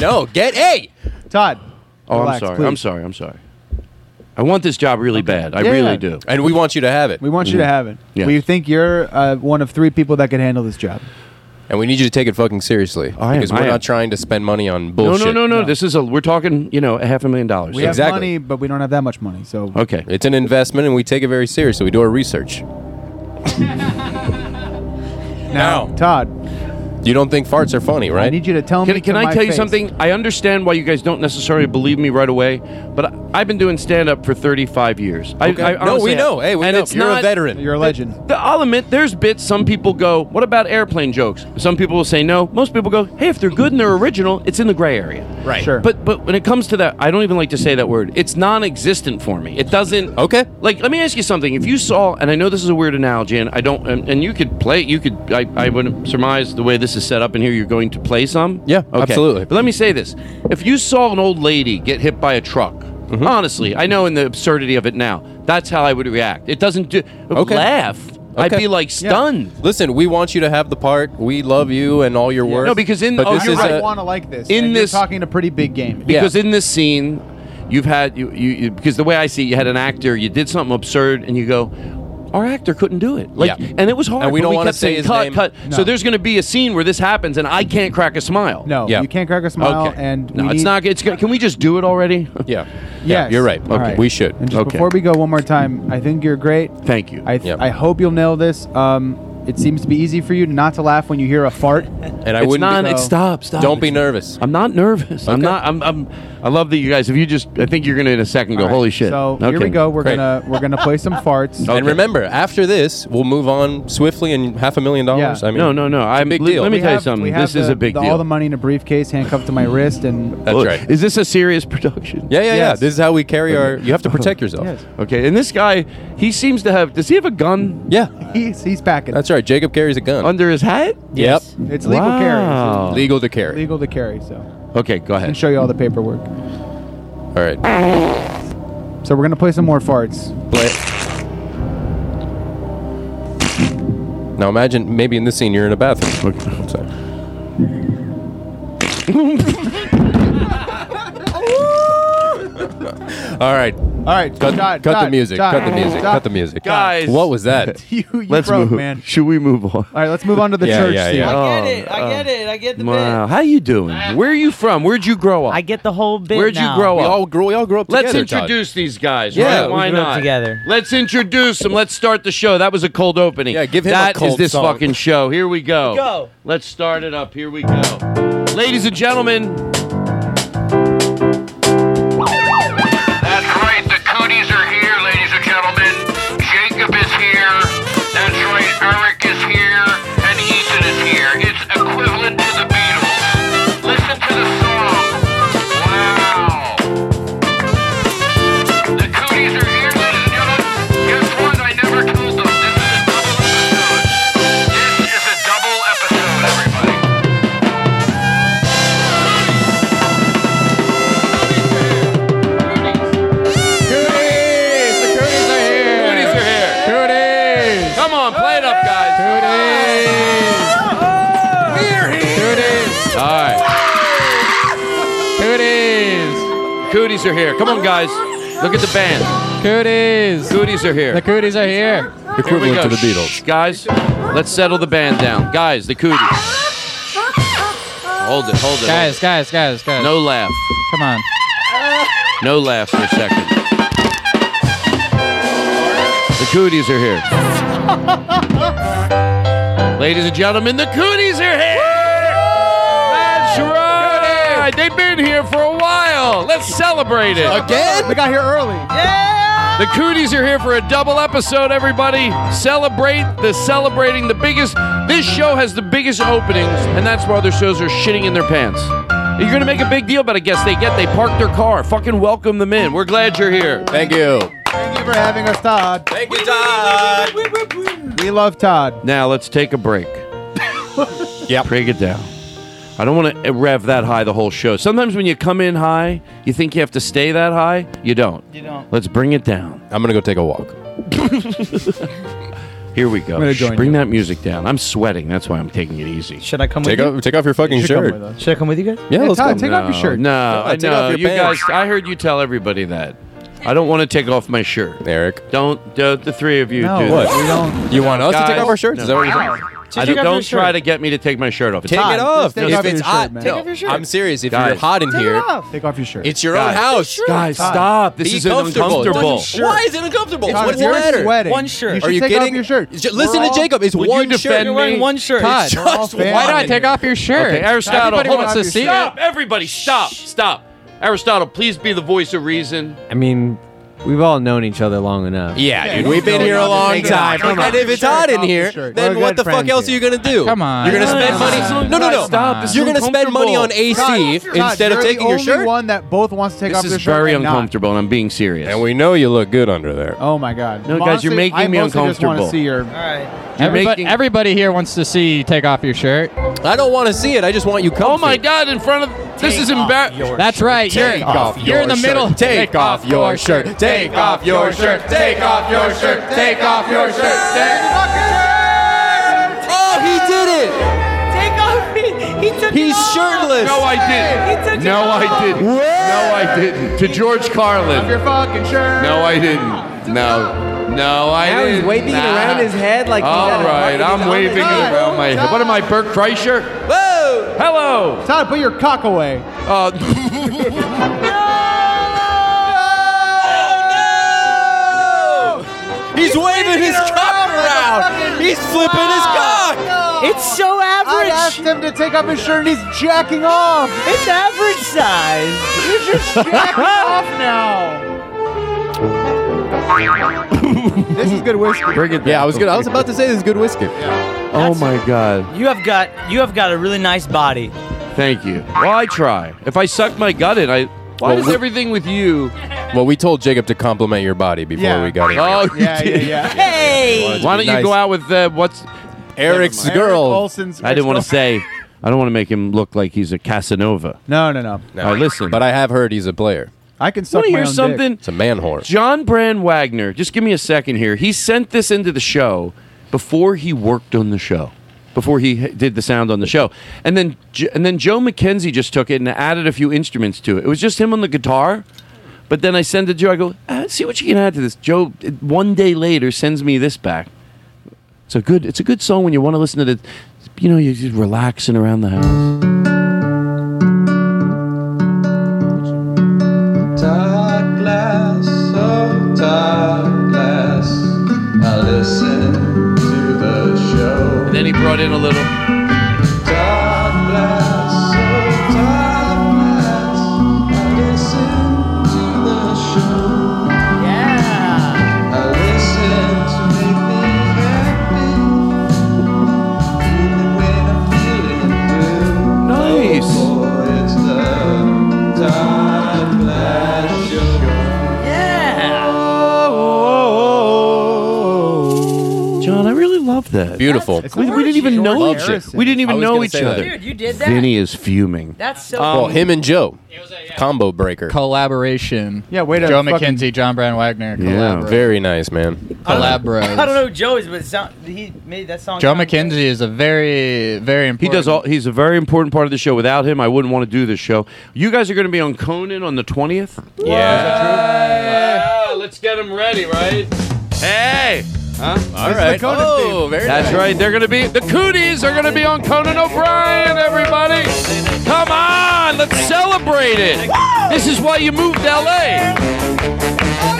B: No, get a.
J: Todd.
D: Oh,
J: relax,
D: I'm sorry.
J: please.
D: I'm sorry. I'm sorry. I want this job really bad. I
J: Yeah.
D: really do.
B: And we want you to have it,
J: We want you to have it.
D: Yes.
J: We think you're uh, one of three people that can handle this job.
B: and we need you to take it fucking seriously
D: I am,
B: because we're
D: I am.
B: not trying to spend money on
D: No,
B: bullshit.
D: no, no, no, This is a. We're talking. You know, a half a million dollars.
J: We have
B: Exactly.
J: money, but we don't have that much money. So
D: okay.
B: It's an investment, and we take it very seriously. We do our research. now,
J: Todd,
B: you don't think farts are funny,
J: I
B: right?
J: need you to tell me.
D: Can, can
J: to
D: I
J: my
D: tell you
J: face.
D: something? I understand why you guys don't necessarily believe me right away, but I, I've been doing stand up for 35 years. I,
J: Okay.
D: I,
J: No,
B: no,
D: honestly
B: we
D: have.
B: know. Hey, we
D: and
B: know.
D: It's
B: You're
D: not,
B: a veteran.
J: You're a legend.
D: The, I'll admit, there's bits. Some people go, "What about airplane jokes?" Some people will say no. Most people go, "Hey, if they're good and they're original, it's in the gray area."
B: right.
J: Sure.
D: But but when it comes to that, I don't even like to say that word. It's non-existent for me. It doesn't.
B: Okay.
D: Like, let me ask you something. If you saw, and I know this is a weird analogy, and I don't, and, and you could play, you could, I, I would surmise the way this is set up in here, you're going to play some.
B: Yeah, absolutely.
D: But let me say this: if you saw an old lady get hit by a truck,
B: Mm-hmm.
D: honestly, I know in the absurdity of it now, that's how I would react. It doesn't do
B: Okay.
D: laugh. I'd
B: Okay.
D: be like stunned.
B: Listen, we want you to have the part. We love you and all your work.
D: No, because in-
B: but
D: oh,
B: this
J: you
D: you're
B: is
D: right.
B: a-
J: want to like this.
D: in
J: and you're
D: this-
J: talking a pretty big game.
B: Yeah.
D: because in this scene you've had you, you, you because the way i see it, you had an actor you did something absurd and you go our actor couldn't do it like
B: Yeah.
D: and it was hard
B: And we
D: but
B: don't wanna
D: kept
B: say
D: saying,
B: his
D: cut
B: name.
D: cut so
J: No.
D: there's going to be a scene where this happens and i can't crack a smile
J: No,
B: Yeah.
J: you can't crack a smile.
D: okay
J: And we
D: no it's
J: need-
D: not it's go- can we just do it already
B: yeah.
J: Yes.
B: you're right. Okay,
J: All right.
B: we should.
J: And just
D: Okay.
J: before we go, one more time. I think you're great.
D: thank you
J: I th-
B: Yep.
J: I hope you'll nail this. Um, it seems to be easy for you not to laugh when you hear a fart.
B: and I
D: it's
B: wouldn't.
D: not
B: be-
D: it's stop stop
B: don't be
D: It's-
B: nervous.
D: I'm not nervous. I'm
B: Okay.
D: not. I'm, I'm. I love that you guys. If you just, I think you're gonna in a second go.
J: All right,
D: Holy shit!
J: So here we
D: Okay.
J: go. We're
B: Great.
J: gonna we're gonna play some farts.
B: And remember, after this, we'll move on swiftly and half a million dollars.
J: Yeah.
B: I mean,
D: no, no, no. I'm.
B: big
D: le-
B: deal.
D: Let me
J: We
D: tell
J: have-
D: you something.
J: we
D: This
J: have
D: is
J: the-
D: a big
J: the-
D: deal.
J: All the money in a briefcase, handcuffed to my wrist, and
B: That's
D: Look,
B: right.
D: Is this a serious production?
B: Yeah, yeah, yeah.
J: Yes.
B: This is how we carry our. You have to protect yourself.
J: Yes.
D: Okay, and this guy, he seems to have. Does he have a gun
B: Yeah,
J: he's he's packing.
B: that's right. Jacob carries a gun.
D: under his hat?
E: Yes.
B: Yep.
J: it's legal carry.
D: Wow.
B: Legal to carry.
J: It's legal to carry. So
D: Okay, go
J: I can
D: ahead.
J: show you all the paperwork.
B: All right.
J: So we're gonna play some more farts.
B: Play. Now imagine maybe in this scene you're in a bathroom. Sorry. All right. All
J: right.
B: Cut, cut
J: Todd,
B: the
J: Todd,
B: music.
J: Todd,
B: cut the music.
J: Todd.
B: cut the music.
J: Guys.
B: What was that?
J: you, you
D: Let's
J: broke,
D: move.
J: man.
D: Should we move on?
J: All right, let's move on to the
B: Yeah,
J: church
B: yeah,
J: scene.
B: yeah.
E: I get it. I get it. I get the
D: Wow,
E: bit.
D: how you doing? Where are you from? Where'd you grow up?
E: I get the whole bit.
D: Where'd
E: now.
D: you grow
B: We
D: up?
B: all grew. We all grew up
D: Let's
B: together. Todd.
D: introduce these guys.
B: Yeah,
D: right?
B: we
D: why
E: grew up
D: not?
E: together.
D: Let's introduce them. Let's start the show. That was a cold opening.
B: Yeah, give him a
D: That is
B: cold
D: this
B: song.
D: fucking show. Here we go.
E: Go.
D: Let's start it up. Here we go. Ladies and gentlemen,
F: That's right, the cooties are here, ladies and gentlemen. Jacob is here. That's right, Eric is here. And Ethan is here. It's equivalent to the Beatles. Listen to the song. Wow. The cooties are here, ladies and gentlemen. Guess what? I never told them. This is a double episode. This is a double episode, everybody.
D: Cooties are here. Cooties. Come on, play it up, guys. Cooties. We're here. Cooties. All right. Cooties. Cooties are here. Come on, guys. Look at the band. Cooties. Cooties are here. The cooties are here.
B: Equivalent to the Beatles.
D: Shh, guys, let's settle the band down. Guys, the cooties. Hold it, hold it.
A: Guys, guys, guys, guys.
D: No laugh.
A: Come on.
D: No laugh for a second. The cooties are here. Ladies and gentlemen, the cooties are here! That's right! They've been here for a while. Let's celebrate it.
B: Again?
J: They got here early.
D: The cooties are here for a double episode, everybody. Celebrate the celebrating the biggest. This show has the biggest openings, and that's why other shows are shitting in their pants. You're gonna make a big deal about a guest they get. They parked their car. Fucking welcome them in. We're glad you're here.
B: Thank you.
J: Thank you for having us, Todd.
B: Thank you, Todd.
J: We love Todd.
D: Now let's take a break. yeah. Break it down. I don't want to rev that high the whole show. Sometimes when you come in high, you think you have to stay that high. You don't. You
E: don't.
D: Let's bring it down.
B: I'm gonna go take a walk.
D: Here we go.
J: gonna
D: Shh,
J: join
D: bring that music down. I'm sweating. That's why I'm taking it easy.
E: Should I come
B: Take
E: with you?
B: off, take off your fucking
J: You should come
B: shirt.
J: with us.
E: Should I come with you guys?
B: Yeah,
J: Hey,
B: let's
J: Todd,
B: go.
J: take off your shirt.
D: No,
B: No,
D: I
B: take off
D: know.
B: your
D: You guys,
B: pants.
D: I heard you tell everybody that. I don't want to take off my shirt.
B: Eric,
D: Don't, don't the three of you
J: No,
D: do
B: What?
J: we don't.
B: you want us to take
D: Guys,
B: off our shirts? Is that what you're saying?
D: that. I don't,
E: Take off your
D: don't try
E: shirt.
D: to get me to take my shirt off. It's
B: Take
D: hot.
B: it off.
J: take
B: if
J: off
B: it's
J: your
B: hot,
J: shirt, man.
B: no,
J: Take
E: off your shirt.
B: I'm serious. If
D: Guys.
B: you're hot in
E: Take
B: here,
E: it off.
J: Take off your shirt.
B: it's your
D: Guys.
B: own house.
D: Guys, stop. This
B: Be
D: is an
B: comfortable.
D: uncomfortable.
B: It doesn't- Why is it uncomfortable?
J: Todd,
B: What's
J: if
B: the
J: you're
B: matter?
J: Sweating.
E: One shirt.
J: You should
B: Are you
J: take
B: kidding?
J: Off your shirt.
B: J- Listen
J: We're
B: to
J: all-
B: Jacob. It's
D: Would you
B: one
D: defend
B: shirt.
E: You're
D: me?
E: wearing one shirt.
A: Todd.
E: It's-
A: We're
B: Just
J: fans.
A: Why
B: one.
A: not take off your shirt?
D: Okay, Aristotle,
A: Everybody
D: hold
A: wants
D: on.
A: to see
D: Stop,
A: it.
D: everybody, stop, stop. Aristotle, please be the voice of reason.
A: I mean, we've all known each other long enough.
B: Yeah, dude,
J: you
B: we've been
J: don't
B: here a
J: have to
B: long
J: take it off.
B: time.
J: Come on.
B: And if it's
J: Shirt
B: hot in
J: off the
B: here,
J: shirt.
B: then
J: We're
B: what
J: good
B: the fuck
J: friends
B: else
J: here.
B: are you gonna do?
A: Come on.
B: you're gonna
A: Come
B: spend
A: on.
B: money. No, no, no.
A: Stop. This is
B: You're gonna spend money on AC
D: uncomfortable.
B: instead
J: Todd,
B: of taking
J: you're
B: your
J: the
B: shirt.
J: only one that both wants to take off
D: This
J: their
D: is
J: shirt.
D: very
J: and not.
D: uncomfortable, and I'm being serious.
B: And we know you look good under there.
J: Oh my god.
D: No, guys, you're
J: Honestly,
D: making
J: I
D: me
J: mostly just wanna
D: uncomfortable.
J: see your
E: All right.
D: You're
A: Everybody,
D: making-
A: everybody here wants to see you take off your shirt.
B: I don't want to see it. I just want you comfy.
D: oh my God! In front of this is embarrassing.
A: That's right.
B: Take
A: you're
B: off
A: you're in the
B: your shirt.
A: middle.
B: Take off your shirt. Take off your shirt. Take off your shirt. Take off your shirt. Take off your shirt. Oh, he did it.
E: Take off. He, he took
B: He's shirtless.
D: No, I didn't. No, I didn't. No, I didn't. To George Carlin.
J: your fucking shirt.
D: No, I didn't. No, no, I
A: Now he's
D: didn't.
A: waving it around his head like he's at
D: All
A: a
D: right,
A: party.
D: I'm waving it
J: God.
D: around my head. What am I, Bert Kreischer?
B: Whoa.
D: Hello.
J: Todd, put your cock away.
D: Uh,
B: He's waving his cock around. He's flipping his cock.
E: It's so
J: I asked
E: average.
J: him to take off his shirt and he's jacking off.
E: It's average size.
J: He's just jacking off now. this is good whiskey.
D: bring it down.
B: Yeah, I was good. I was about to say this is good whiskey.
D: Oh my God.
E: You have got you have got a really nice body.
D: Thank you. Well, I try. If I suck my gut in, I. Oh, Why
B: Well,
D: does
B: we-
D: everything with you?
B: Well, we told Jacob to compliment your body before
J: Yeah.
B: we got here.
D: Oh, you
J: Yeah, yeah,
D: did.
J: yeah.
E: Hey.
D: Why don't you
B: Nice.
D: go out with uh, what's?
B: Eric's
J: Eric
B: girl.
J: Olsen's
D: I didn't want to
J: ex-girlfriend.
D: say. I don't want to make him look like he's a Casanova.
J: No, no, no.
B: No.
D: All right, listen.
B: But I have heard he's a player.
J: I can suck
D: want to
J: my
D: hear
J: own dick.
D: something.
B: It's a man whore.
D: John Brand Wagner, just give me a second here. He sent this into the show before he worked on the show, before he h- did the sound on the show, and then J- and then Joe McKenzie just took it and added a few instruments to it. It was just him on the guitar, But then I send it to Joe. I go, ah, see what you can add to this. Joe, it- one day later, sends me this back. It's a good. It's a good song when you want to listen to the. You know, you're just relaxing around the house.
K: Todd Glass, oh Todd Glass, I listen to the show. And
D: then he brought in a little.
K: Todd Glass, oh Todd Glass, I listen to the show. Yeah. I listen to make me happy, even when I'm feeling blue.
D: Nice.
K: Oh, boy, it's the Todd Glass show.
D: John, I really love that.
H: Beautiful.
E: That's
D: We, we didn't even know each
H: gorgeous.
D: other. We didn't
H: I
D: even
H: was
D: know
H: gonna
D: each
H: say that.
D: other.
H: Dude,
E: you did that?
D: Vinny is fuming.
E: That's so.
H: well, him and Joe, combo breaker.
B: Collaboration.
G: Yeah, wait a
B: Joe
G: fucking-
B: McKenzie, John Brown Wagner.
H: Yeah,
B: Collabora.
H: very nice, man.
B: Collabros.
E: I don't know Joe's, but it sound, he made that song.
B: Joe
E: sound good.
B: McKenzie is a very, very important.
D: He does all. He's a very important part of the show. Without him, I wouldn't want to do this show. You guys are going to be on Conan on the twentieth.
H: Yeah. Let's get him ready, right?
D: Hey.
H: Huh? All
D: This is
H: right.
D: the Conan
H: oh, very
D: That's
H: nice.
D: right. They're going to be the Cooties are going to be on Conan O'Brien. Everybody, come on, let's celebrate it. This is why you moved to L.A.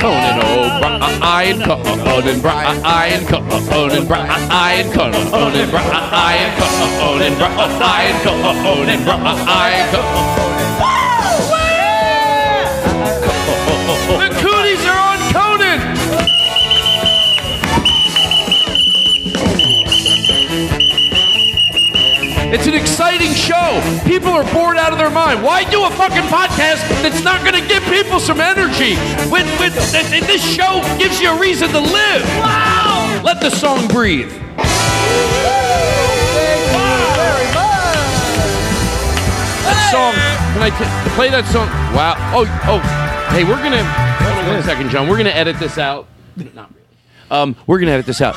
D: Conan O'Brien, Conan O'Brien, Conan O'Brien, Conan O'Brien, Conan O'Brien, Conan O'Brien, The Cooties are on Conan. It's an exciting show. People are bored out of their mind. Why do a fucking podcast that's not going to give people some energy? When, when th- th- this show gives you a reason to live. Wow! Let the song breathe. That song. Can I t- play that song? Wow. Oh, oh. Hey, we're gonna. Hold on one second, John. We're gonna edit this out. Not really. Um, we're gonna edit this out.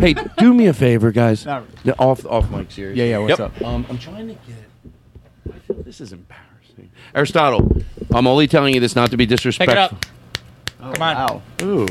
D: hey, do me a favor, guys.
H: Not
D: The Off, off mic, serious.
H: Yeah, yeah, what's
D: Yep.
H: up?
D: Um, I'm trying to get. I feel this is embarrassing. Aristotle, I'm only telling you this not to be disrespectful.
E: Come on.
H: Oh,
D: Ooh,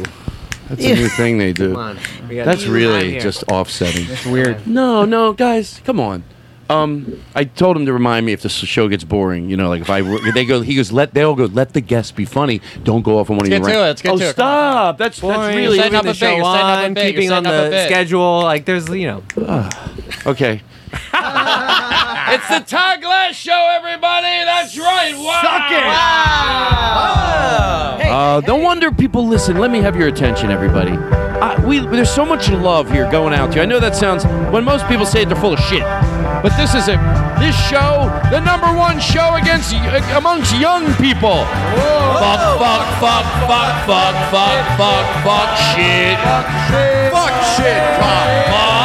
D: that's a new thing they do.
E: Come on. We gotta-
D: That's
E: You out
D: really
E: here.
D: just offsetting. It's
E: weird.
D: No, no, guys, come on. Um, I told him to remind me if the show gets boring. You know, like if I if they go, he goes, let they all go. Let the guests be funny. Don't go off on one of
L: Let's
D: your.
L: get to
D: rant-
L: it, let's get
D: oh,
L: to it, come
D: stop! That's that's
L: Boring.
D: really
L: You're setting up
D: moving
L: a
D: the show
L: bit, you're setting up a
D: on,
L: bit, you're
D: keeping
L: setting
D: on
L: up a
D: the
L: bit.
D: schedule. Like there's you know. okay.
H: It's the Todd Glass Show, everybody. That's right. Wow. Suck it.
D: uh, No wonder people listen. Let me have your attention, everybody. I, we, there's so much love here going out to you. I know that sounds, when most people say it, they're full of shit. But this is a, this show, the number one show against uh, amongst young people. Fuck, fuck, fuck, fuck, fuck, fuck, fuck, fuck, shit. Fuck shit. Fuck, fuck.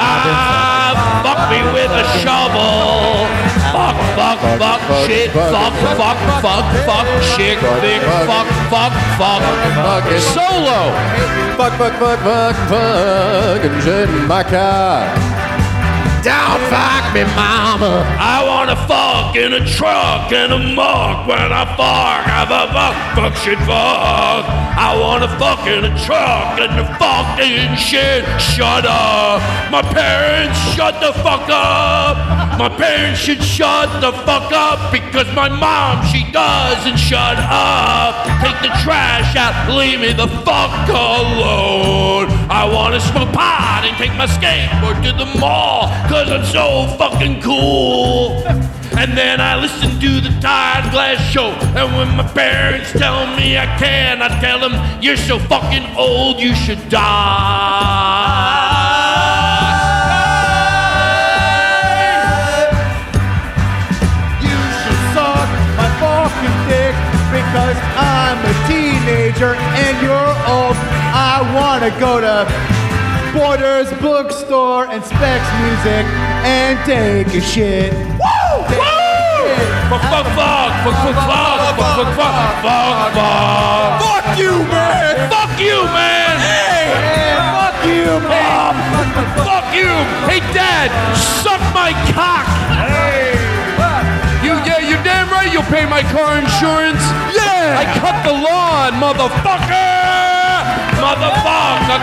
D: Ah, fuck me with a shovel. Fuck, fuck, fuck, shit. Fuck, fuck, fuck, fuck, shit. Big fuck, fuck, fuck. Solo.
H: Fuck, fuck, fuck, fuck, fuck, and shit in my car.
D: Don't fuck me, mama.
H: I wanna fuck in a truck and a mug when I fuck. Have a fuck, fuck shit, fuck. I wanna fuck in a truck and a fucking shit. Shut up. My parents, shut the fuck up. My parents should shut the fuck up because my mom, she doesn't shut up. Take the trash out, leave me the fuck alone. I wanna smoke pot and take my skateboard to the mall cause I'm so fucking cool. And then I listen to the Todd Glass show. And when my parents tell me I can, I tell them, You're so fucking old, you should die.
G: You should suck my fucking dick because I'm a teenager and you're old. I wanna go to Borders Bookstore and Specs Music and take a shit. Woo!
H: Fuck, fuck, fuck, fuck, fuck, fuck, fuck, fuck, fuck, fuck, fuck. Fuck you, man! Fuck you, man! Hey! Fuck you, man! Fuck you! Hey, Dad, suck my cock! Hey! You, yeah, you're damn right you'll pay my car insurance! Yeah! I cut the lawn, motherfucker! Motherfucker!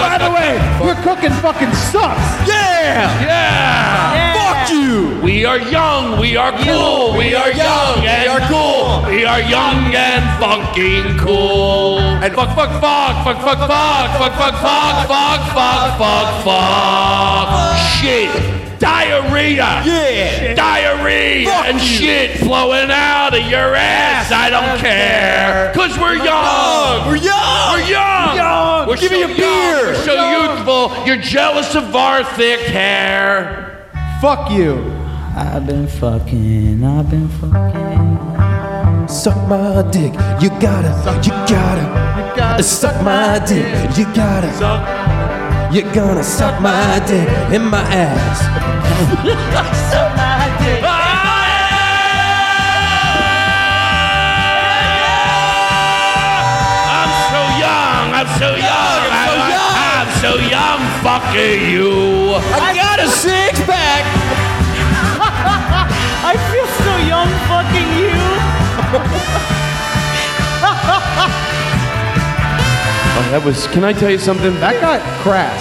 H: by the way,
G: we're cooking fucking sucks.
H: Yeah! Yeah! Fuck you! We are young, we are cool, we, are young, and cool. We are young and fucking cool. And fuck, fuck, fuck, fuck, fuck, fuck, fuck, fuck, fuck, fuck, fuck, fuck, fuck, shit. Diarrhea! Yeah! Diarrhea and shit flowing out of your ass! I don't care! Cause we're young! We're young! We're young!
K: Young.
H: We're
K: Give me
H: so
K: a
H: young.
K: beer.
H: We're so
K: Young.
H: youthful! You're jealous of our thick hair!
G: Fuck you.
E: I've been fucking. I've been fucking.
M: Suck my dick. You gotta. You gotta. You gotta suck my dick. You gotta. You're gonna suck my dick in my ass.
H: I'm so young! I'm so young! I'm so young! I'm so young! Fucking you!
K: I got a six pack.
E: I feel so young fucking you.
D: Oh, that was. Can I tell you something? That got crass.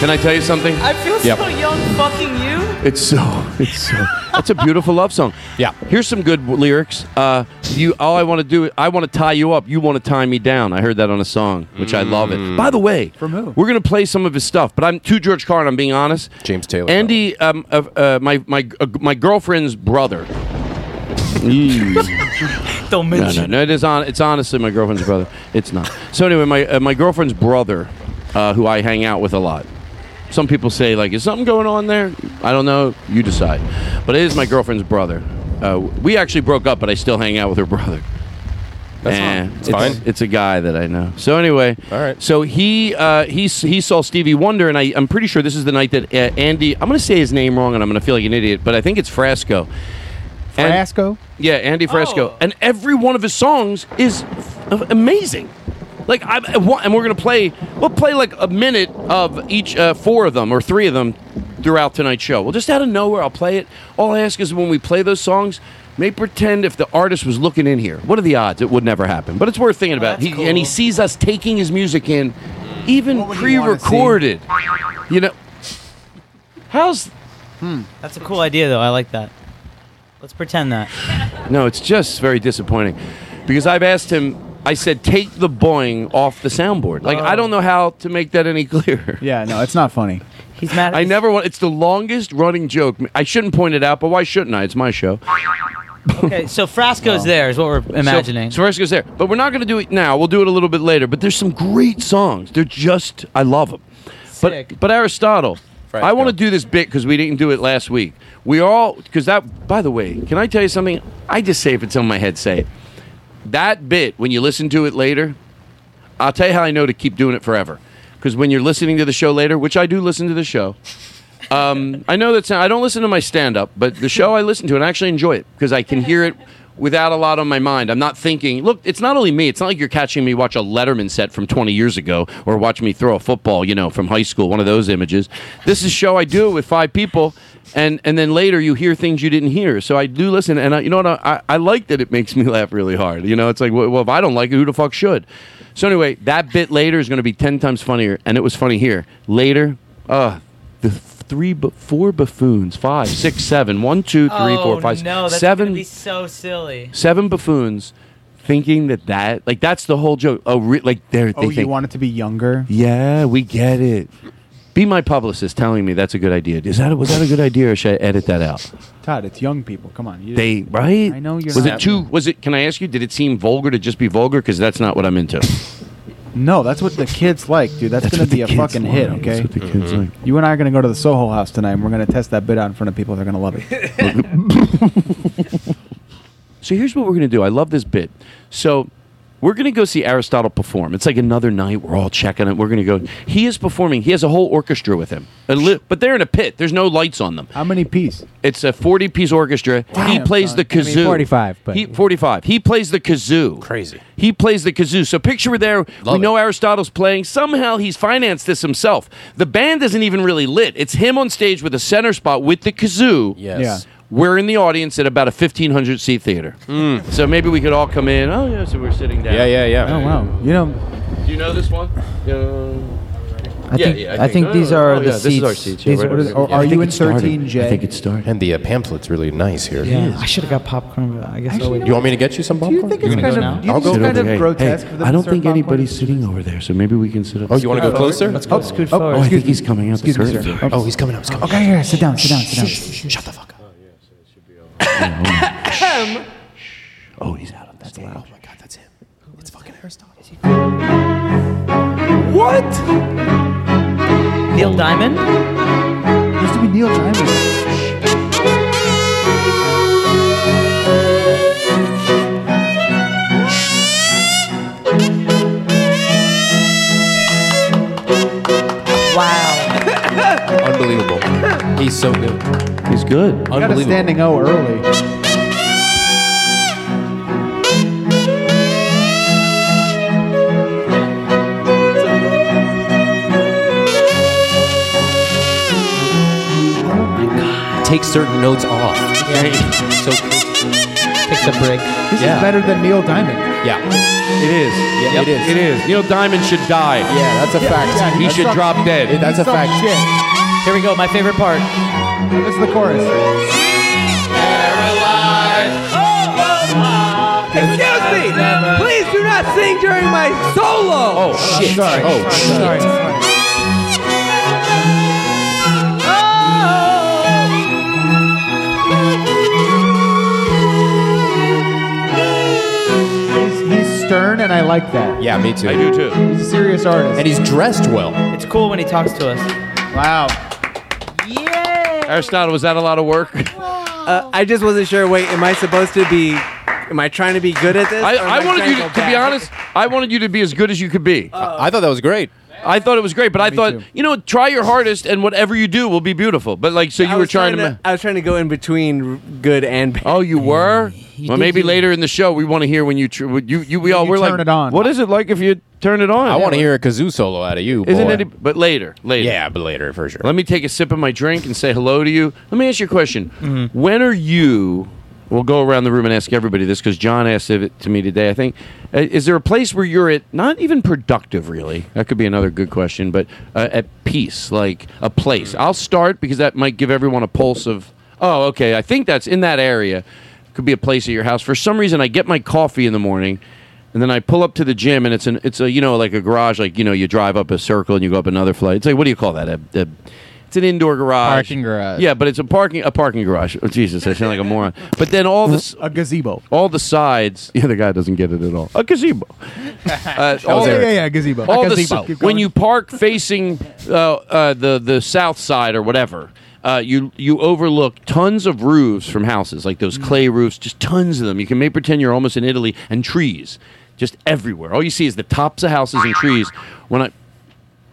D: Can I tell you something?
E: I feel
D: Yep.
E: so young fucking you.
D: It's so. It's so. That's a beautiful love song. Yeah. Here's some good w- lyrics. Uh, you. All I want to do. I want to tie you up. You want to tie me down. I heard that on a song, which I love it. By the way,
N: From who?
D: We're gonna play some of his stuff, but I'm to George Carlin. I'm being honest. James Taylor. Andy, um, uh, uh, my my uh, my girlfriend's brother. Mm.
E: Don't
D: No, no, no. It is on. It's honestly my girlfriend's brother. It's not. So anyway, my uh, my girlfriend's brother, uh, who I hang out with a lot. Some people say like, is something going on there? I don't know. You decide. But it is my girlfriend's brother. Uh, we actually broke up, but I still hang out with her brother.
N: That's
D: And
N: fine. It's
D: It's,
N: fine.
D: it's a guy that I know. So anyway, all right. So he uh, he s- he saw Stevie Wonder, and I, I'm pretty sure this is the night that uh, Andy. I'm going to say his name wrong, and I'm going to feel like an idiot, but I think it's Frasco. And-
G: Frasco?
D: yeah, Andy Fresco.
E: Oh.
D: And every one of his songs is f- amazing. Like I, I wa- and we're gonna play. We'll play like a minute of each uh, four of them or three of them throughout tonight's show. Well, just out of nowhere, I'll play it. All I ask is when we play those songs, may pretend if the artist was looking in here. What are the odds? It would never happen. But it's worth
E: Oh,
D: thinking about. he, And he sees us taking his music in, even
E: you wanna see?
D: pre-recorded. You know, how's?
E: Hmm. That's a cool idea though. I like that. Let's pretend that.
D: No, it's just very disappointing because I've asked him. I said, take the boing off the soundboard. Like I don't know how to make that any clearer.
G: Yeah, no, it's not funny.
E: He's mad.
D: I never want. It's the longest running joke. I shouldn't point it out, but why shouldn't I? It's my show.
E: Okay, so Frasco's there is what we're imagining.
D: So, so Fresco's there, but we're not going to do it now. We'll do it a little bit later. But there's some great songs. They're just, I love them. But but Aristotle, I want to do this bit because we didn't do it last week. We all because that. By the way, can I tell you something? I just say if it's on my head, say it. That bit when you listen to it later, I'll tell you how I know to keep doing it forever. Because when you're listening to the show later, which I do listen to the show, um, I know that's I don't listen to my stand up, but the show I listen to and I actually enjoy it because I can hear it without a lot on my mind. I'm not thinking. Look, it's not only me. It's not like you're catching me watch a Letterman set from 20 years ago or watch me throw a football, you know, from high school, one of those images. This is a show I do it with five people. And, and then later you hear things you didn't hear. So I do listen, and I, you know what? I, I like that it makes me laugh really hard. You know, it's like, well, well, if I don't like it, who the fuck should? So anyway, that bit later is going to be ten times funnier, and it was funny here. Later, uh, the three, bu- four buffoons, five, six, seven, one, two, three, four, five,
E: Oh, no, that's
D: seven-
E: gonna be so silly.
D: seven buffoons, thinking that that like that's the whole joke. Oh, re- like they're
G: Oh,
D: they
G: you
D: think,
G: want it to be younger?
D: yeah, we get it. Be my publicist telling me that's a good idea. Is that was that a good idea, or should I edit that out?
G: Todd, it's young people. Come on. You,
D: They right?
G: I know you're
D: Was
G: not-
D: it too? Was it? Can I ask you? Did it seem vulgar to just be vulgar? Because that's not what I'm into.
G: No, that's what the kids like, dude. That's, gonna be a fucking hit,
D: like.
G: okay?
D: That's what the kids Mhm. like.
G: You and I are gonna go to the Soho House tonight, and we're gonna test that bit out in front of people. They're gonna love it.
D: So here's what we're going to do. I love this bit. So we're going to go see Aristotle perform. It's like another night. We're all checking it. We're going to go. He is performing. He has a whole orchestra with him. A li- but they're in a pit. There's no lights on them.
G: How many piece?
D: It's a 40 piece orchestra. he plays the
N: I mean,
D: kazoo.
N: 45, but-
D: He, 45. He plays the kazoo. Crazy. He plays the kazoo. So picture we're there. we know Aristotle's playing. Somehow he's financed this himself. The band isn't even really lit. It's him on stage with a center spot with the kazoo.
N: Yes. Yeah.
D: We're in the audience at about a 1,500 seat theater.
N: Hmm.
D: So maybe we could all come in. Oh, yeah, so we're sitting down.
L: Yeah, yeah, yeah.
E: Oh
G: Um,
E: wow. You know,
D: Do you know this one?
E: I think, I think these are
D: Oh,
E: the seats. These are- are- are you in 13J?
N: it started. And the uh, pamphlet's really nice here.
E: Yeah, I should have got popcorn. But I guess I'll
N: Do
E: wait.
N: you want me to get you some popcorn?
E: think it's kind of- do you
N: I'll
E: think
N: go
E: it's kind of
N: Hey, hey.
E: grotesque for them
D: I
E: to
D: don't
E: serve
D: think anybody's sitting over there, so maybe we can sit up.
N: Oh, you wanna go closer?
D: Let's
N: Let's
D: go.
N: go.
D: Oh,
N: Scoot
D: oh,
N: forward.
D: I think
N: Excuse-
D: he's coming out the
N: excuse me,
D: curtain.
N: sir. Oh, he's coming up. He's coming
E: Okay, here, sit down, sit down, sit down.
N: Shut the fuck up.
D: Oh, he's out of that.
N: That's loud. Oh my god, that's him. It's fucking Aristotle.
E: What? Neil Diamond?
J: Used to be Neil Diamond.
E: Wow.
N: Unbelievable. He's so good.
D: He's good.
J: Got a
N: Unbelievable.
J: standing O early.
N: Take certain notes off. So
E: Takes a break.
J: This
N: yeah.
J: is better than Neil Diamond.
N: Yeah.
D: It is. Yeah,
N: it is.
D: It is. Neil Diamond should die.
N: Yeah, that's a Yeah, fact. yeah, he
D: he should
N: sucks.
D: drop dead.
N: Yeah, that's a He sucks fact.
E: Here we go, my favorite part.
J: This is the chorus.
K: Excuse me! Please do not sing during my solo!
N: Oh, shit. Sorry. Oh,
K: sorry.
J: He's stern, and I like that.
N: Yeah, me too. I
D: do too.
J: He's a serious artist.
N: And he's dressed well.
E: It's cool when he talks to us.
J: Wow.
D: Aristotle, was that a lot of work?
O: Uh, I just wasn't sure. Wait, am I supposed to be? Am I trying to be good at this?
D: I,
O: or am
D: I wanted
O: trying
D: you to, to
O: go
D: be
O: bad?
D: honest. I wanted you to be as good as you could be.
O: Uh,
N: I thought that was great.
D: I thought it was great, but I thought you know, try your hardest, and whatever you do will be beautiful. But like, so you
O: I
D: were
O: was
D: trying, to.
O: I was trying to go in between good and bad.
D: Oh, you were. well, maybe later in the show we want to hear when you tr- when you you we all
O: you
D: were like
O: turn it on.
D: What is it like if you turn it on?
N: I want to hear a kazoo solo out of you.
D: Isn't
N: boy.
D: it? But later, later.
N: Yeah, but later for sure.
D: Let me take a sip of my drink and say hello to you. Let me ask you a question. When are you? We'll go around the room and ask everybody this because John asked it to me today. I think uh, is there a place where you're at not even productive really? That could be another good question, but uh, at peace, like a place. I'll start because that might give everyone a pulse of. Oh, okay. I think that's in that area. Could be a place at your house. For some reason, I get my coffee in the morning. And then I pull up to the gym, and it's an it's a you know like a garage, like you know you drive up a circle and you go up another flight. It's like what do you call that? A, a, it's an indoor garage,
L: Parking garage.
D: Yeah, but it's a parking a parking garage. Oh, Jesus, I sound like a moron. But then all the a gazebo, all the sides. Yeah, the guy doesn't get it at all. A gazebo. Uh,
J: Oh,
D: all
J: yeah,
D: the-
J: yeah, yeah, gazebo.
D: all
J: A
D: the
J: gazebo.
D: si-
J: Keep
D: when you park facing uh, uh, the the south side or whatever, uh, you you overlook tons of roofs from houses, like those
J: Mm.
D: clay roofs, just tons of them. You can make pretend you're almost in Italy, and trees just everywhere. All you see is the tops of houses and trees. When I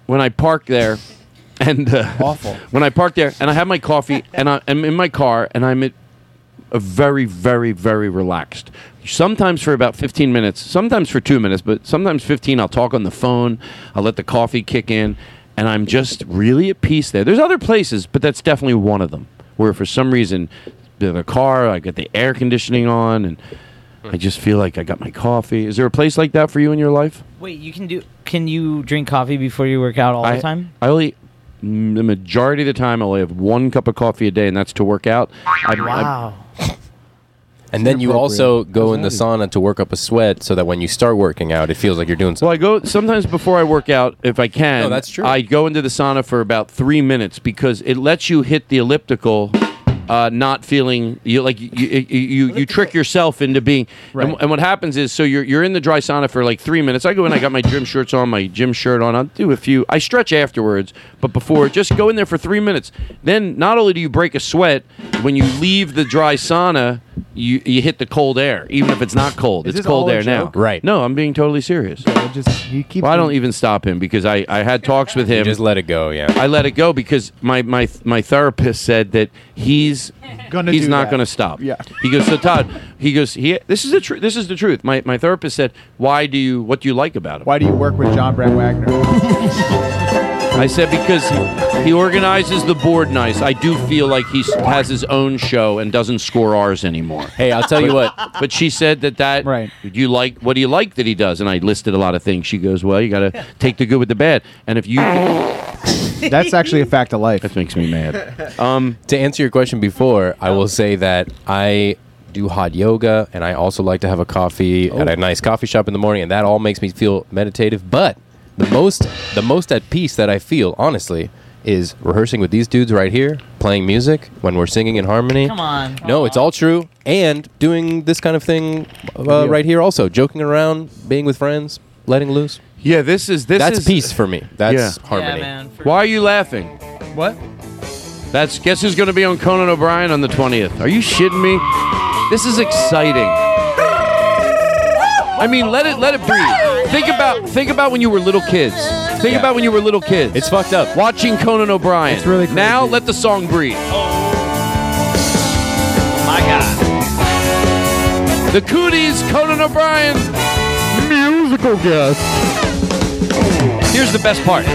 D: when I park there, and uh, awful. When I park there, and I have my coffee, and I, I'm in my car, and I'm at a very, very, very relaxed. Sometimes for about 15 minutes, sometimes for two minutes, but sometimes 15. I'll talk on the phone. I'll let the coffee kick in, and I'm just really at peace there. There's other places, but that's definitely one of them where for some reason, the the car, I got the air conditioning on, and I just feel like I got my coffee. Is there a place like that for you in your life?
E: Wait, you can do. Can you drink coffee before you work out all
D: I,
E: the time?
D: I only the majority of the time I only have one cup of coffee a day, and that's to work out. I,
E: Wow.
N: And then you also go in the sauna to work up a sweat so that when you start working out, it feels like you're doing something.
D: Well, I go sometimes before I work out, if I can.
N: No, that's true.
D: I go into the sauna for about three minutes because it lets you hit the elliptical, uh, not feeling you like you you, you, you trick yourself into being. Right. And, and what happens is, so you're you're in the dry sauna for like three minutes. I go in, I got my gym shorts on, my gym shirt on. I'll do a few. I stretch afterwards, but before, just go in there for three minutes. Then not only do you break a sweat when you leave the dry sauna. You, you hit the cold air, even if it's not cold.
J: Is
D: it's
J: this all
D: cold
J: a
D: air now.
J: joke?
D: Right. No, I'm being totally serious.
J: You keep.
D: Well, I don't even stop him because I, I had talks with him. just let
N: it go, yeah.
D: I let it go because my my my therapist said that he's
J: Gonna
D: he's
J: do
D: not
J: that.
D: going to stop.
J: Yeah.
D: He goes, so Todd, He goes, he. This is the truth. This is the truth. My my therapist said, why do you? What do you like about him?
J: Why do you work with John Brad Wagner?
D: I said because he, he organizes the board nice. I do feel like he s- has his own show and doesn't score ours anymore. Hey,
N: I'll tell you what.
D: But she said that that right. You like what do you like that he does? And I listed a lot of things. She goes, well, you got to take the good with the bad. And if you,
J: that's actually a fact of life. That
D: makes me mad.
N: Um, to answer your question
E: Mm-hmm.
N: before, I will say that I do hot yoga and I also like to have a coffee
E: Oh.
N: at a nice coffee shop in the morning, and that all makes me feel meditative. But the most, the most at peace that I feel, honestly, is rehearsing with these dudes right here, playing music when we're singing in harmony.
E: Come on.
N: no, it's all true, and doing this kind of thing uh, right here, also joking around, being with friends, letting loose.
D: Yeah, this is this.
N: That's
D: is-
N: peace for me. That's
D: Yeah.
N: harmony.
D: why are you laughing?
E: What?
D: That's guess who's going to be on Conan O'Brien on the twentieth. Are you shitting me? This is exciting. I mean, let it let it breathe. Think about think about when you were little kids. Think about when you were little kids. It's
N: fucked up.
D: Watching Conan O'Brien. It's really now. Let the song breathe.
A: Oh My God.
D: The Cooties, Conan O'Brien, musical guest. Here's the best part.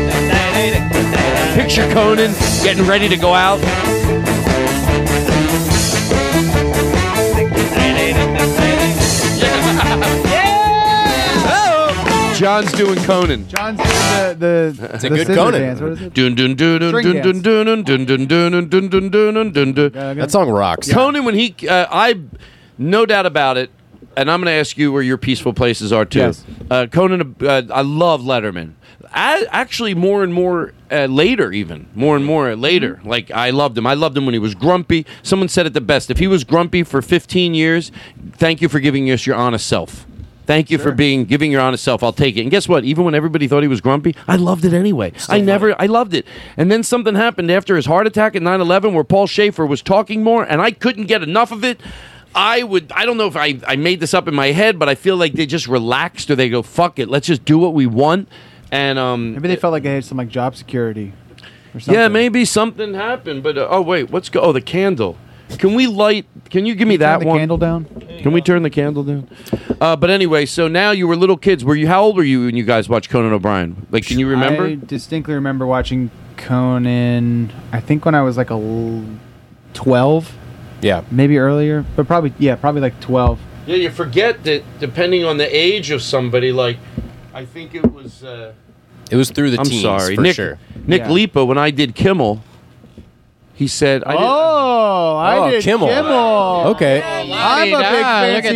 D: Picture Conan getting ready to go out. John's doing Conan.
J: John's doing the the,
D: It's
J: the scissor dance. What is it?
D: Dun dun dun dun
J: String
D: dun
J: dance.
D: dun dun dun dun dun dun dun dun dun dun dun.
J: Uh,
N: That song rocks.
D: Conan, when he, uh, I, no doubt about it, and I'm going to ask you where your peaceful places are too.
J: Yes.
D: Uh, Conan, uh, I love Letterman. I, actually, more and more uh, later, even more and more uh, later, like I loved him. I loved him when he was grumpy. Someone said it the best: if he was grumpy for 15 years, thank you for giving us your honest self. Thank you for being giving your honest self. I'll take it. And guess what? Even when everybody thought he was grumpy, I loved it anyway. I never I loved it. And then something happened after his heart attack at 9/11 where Paul Schaefer was talking more and I couldn't get enough of it. I would I don't know if I I made this up in my head, but I feel like they just relaxed or they go fuck it. Let's just do what we want. And um
J: Maybe they felt like they had some like job security. Or something.
D: yeah, maybe something happened, but uh, oh wait, what's go? Oh, the candle. Can we light? Can you give me that
J: turn the
D: one?
J: candle down?
D: Can we turn the candle down? Uh, but anyway, so now you were little kids. Were you? How old were you when you guys watched Conan O'Brien? Like, can you remember?
J: I distinctly remember watching Conan. I think when I was like a l- twelve.
N: Yeah.
J: Maybe earlier, but probably yeah, probably like twelve.
D: Yeah, you forget that depending on the age of somebody, like I think it was. Uh,
N: It was through the
D: I'm
N: teens,
D: sorry,
N: for
D: Nick.
N: sure.
D: Nick
N: Yeah.
D: Lipa, when I did Kimmel, he said, I did,
J: oh, I
D: Oh,
J: did
D: Kimmel.
J: Kimmel.
N: Okay.
J: I'm a big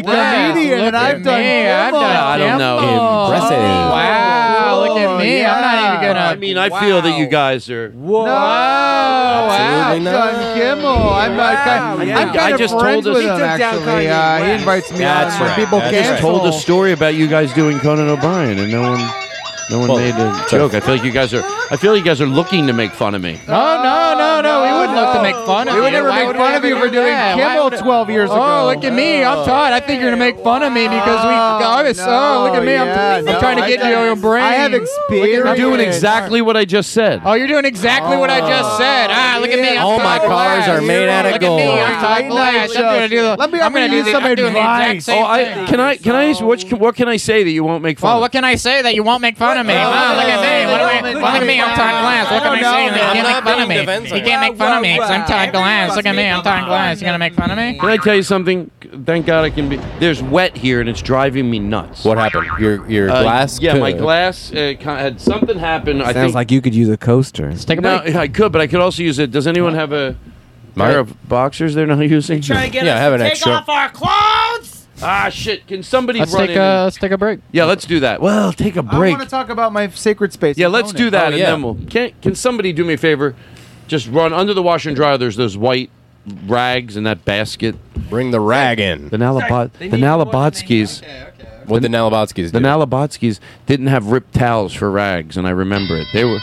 J: fancy comedian, and I've done Kimmel.
D: I don't know.
N: Impressive.
J: Oh,
E: Wow, look at me. I'm not even gonna.
D: I mean, I feel that you guys are.
J: No, wow,
D: Absolutely
J: Don Kimmel. I'm not. Kind,
D: yeah.
J: I'm kind
D: I
J: of
D: just
J: friends
D: told us-
J: with
D: He
J: him
D: took down
J: actually.
D: Kanye
J: Uh, he
D: West.
J: invites me
D: That's
J: out when
D: right.
J: people
D: I just
J: cancel.
D: told a story about you guys doing Conan O'Brien, and no one, no one made a joke. I feel like you guys are. I feel like you guys are looking to make fun of me.
E: No, no, no, no. We wouldn't look to make fun of
J: Oh, We
E: you.
J: would never
E: Why
J: make fun of
E: we
J: you
E: ever
J: for
E: do
J: doing
E: that? Why
J: Kimmel
E: would-
J: 12 years ago.
E: Oh, look at me. I'm Todd. I think you're going to make fun of me because we. I was, oh, look at me. I'm, I'm trying to get your brain.
J: I have experience.
D: You're doing exactly what I just said.
E: Oh, you're doing exactly what I just said. Ah, look at me. I'm
D: Oh, All my
E: Todd
D: cars
E: Glass.
D: are made out of
E: look At me.
D: gold.
E: I'm Todd
D: Late night
E: Glass. I'm
D: shows.
E: gonna do the,
D: Let me
E: I'm gonna
D: offer
E: do
D: you
E: the,
D: some
E: I'm doing the exact
D: Oh,
E: same thing.
D: I, can I can I what can, what can I say that you won't make fun?
E: Well,
D: of?
E: what can I say that you won't make fun of me? Wow, look at me. What do I, look at me. I'm Todd Glass. What can I say? You can't make fun of me. You can't make fun of me because I'm Todd Glass. Look at me. I'm Todd Glass. You're going to make fun of me?
D: Can I tell you something? Thank God I can be. There's wet here, and it's driving me nuts.
N: What happened? Your your
D: Uh,
N: glass.
D: Yeah, my
N: could-
D: glass uh, kind had something happen. I
O: Sounds
D: think.
O: like you could use a coaster. Let's
E: take
D: no, I could, but I could also use it. Does anyone have a
N: My-
D: pair of boxers they're not using?
E: Try to
N: get Yeah, us I have to an take extra. off
E: our clothes.
D: Ah, shit. Can somebody
L: Let's
D: run
L: take
D: in?
L: a let's take a break.
D: yeah, let's do that. Well, take a break.
J: I want to talk about my sacred space.
D: Yeah, let's do that,
J: Oh,
D: and then we'll. Can Can somebody do me a favor? Just run under the washer and dryer. There's those white rags in that basket.
N: Bring the rag in.
D: The Nalabot, the Nalabotskis.
N: What the Nalabotskis?
D: The Nalabotskis didn't have ripped towels for rags, and I remember it. They were.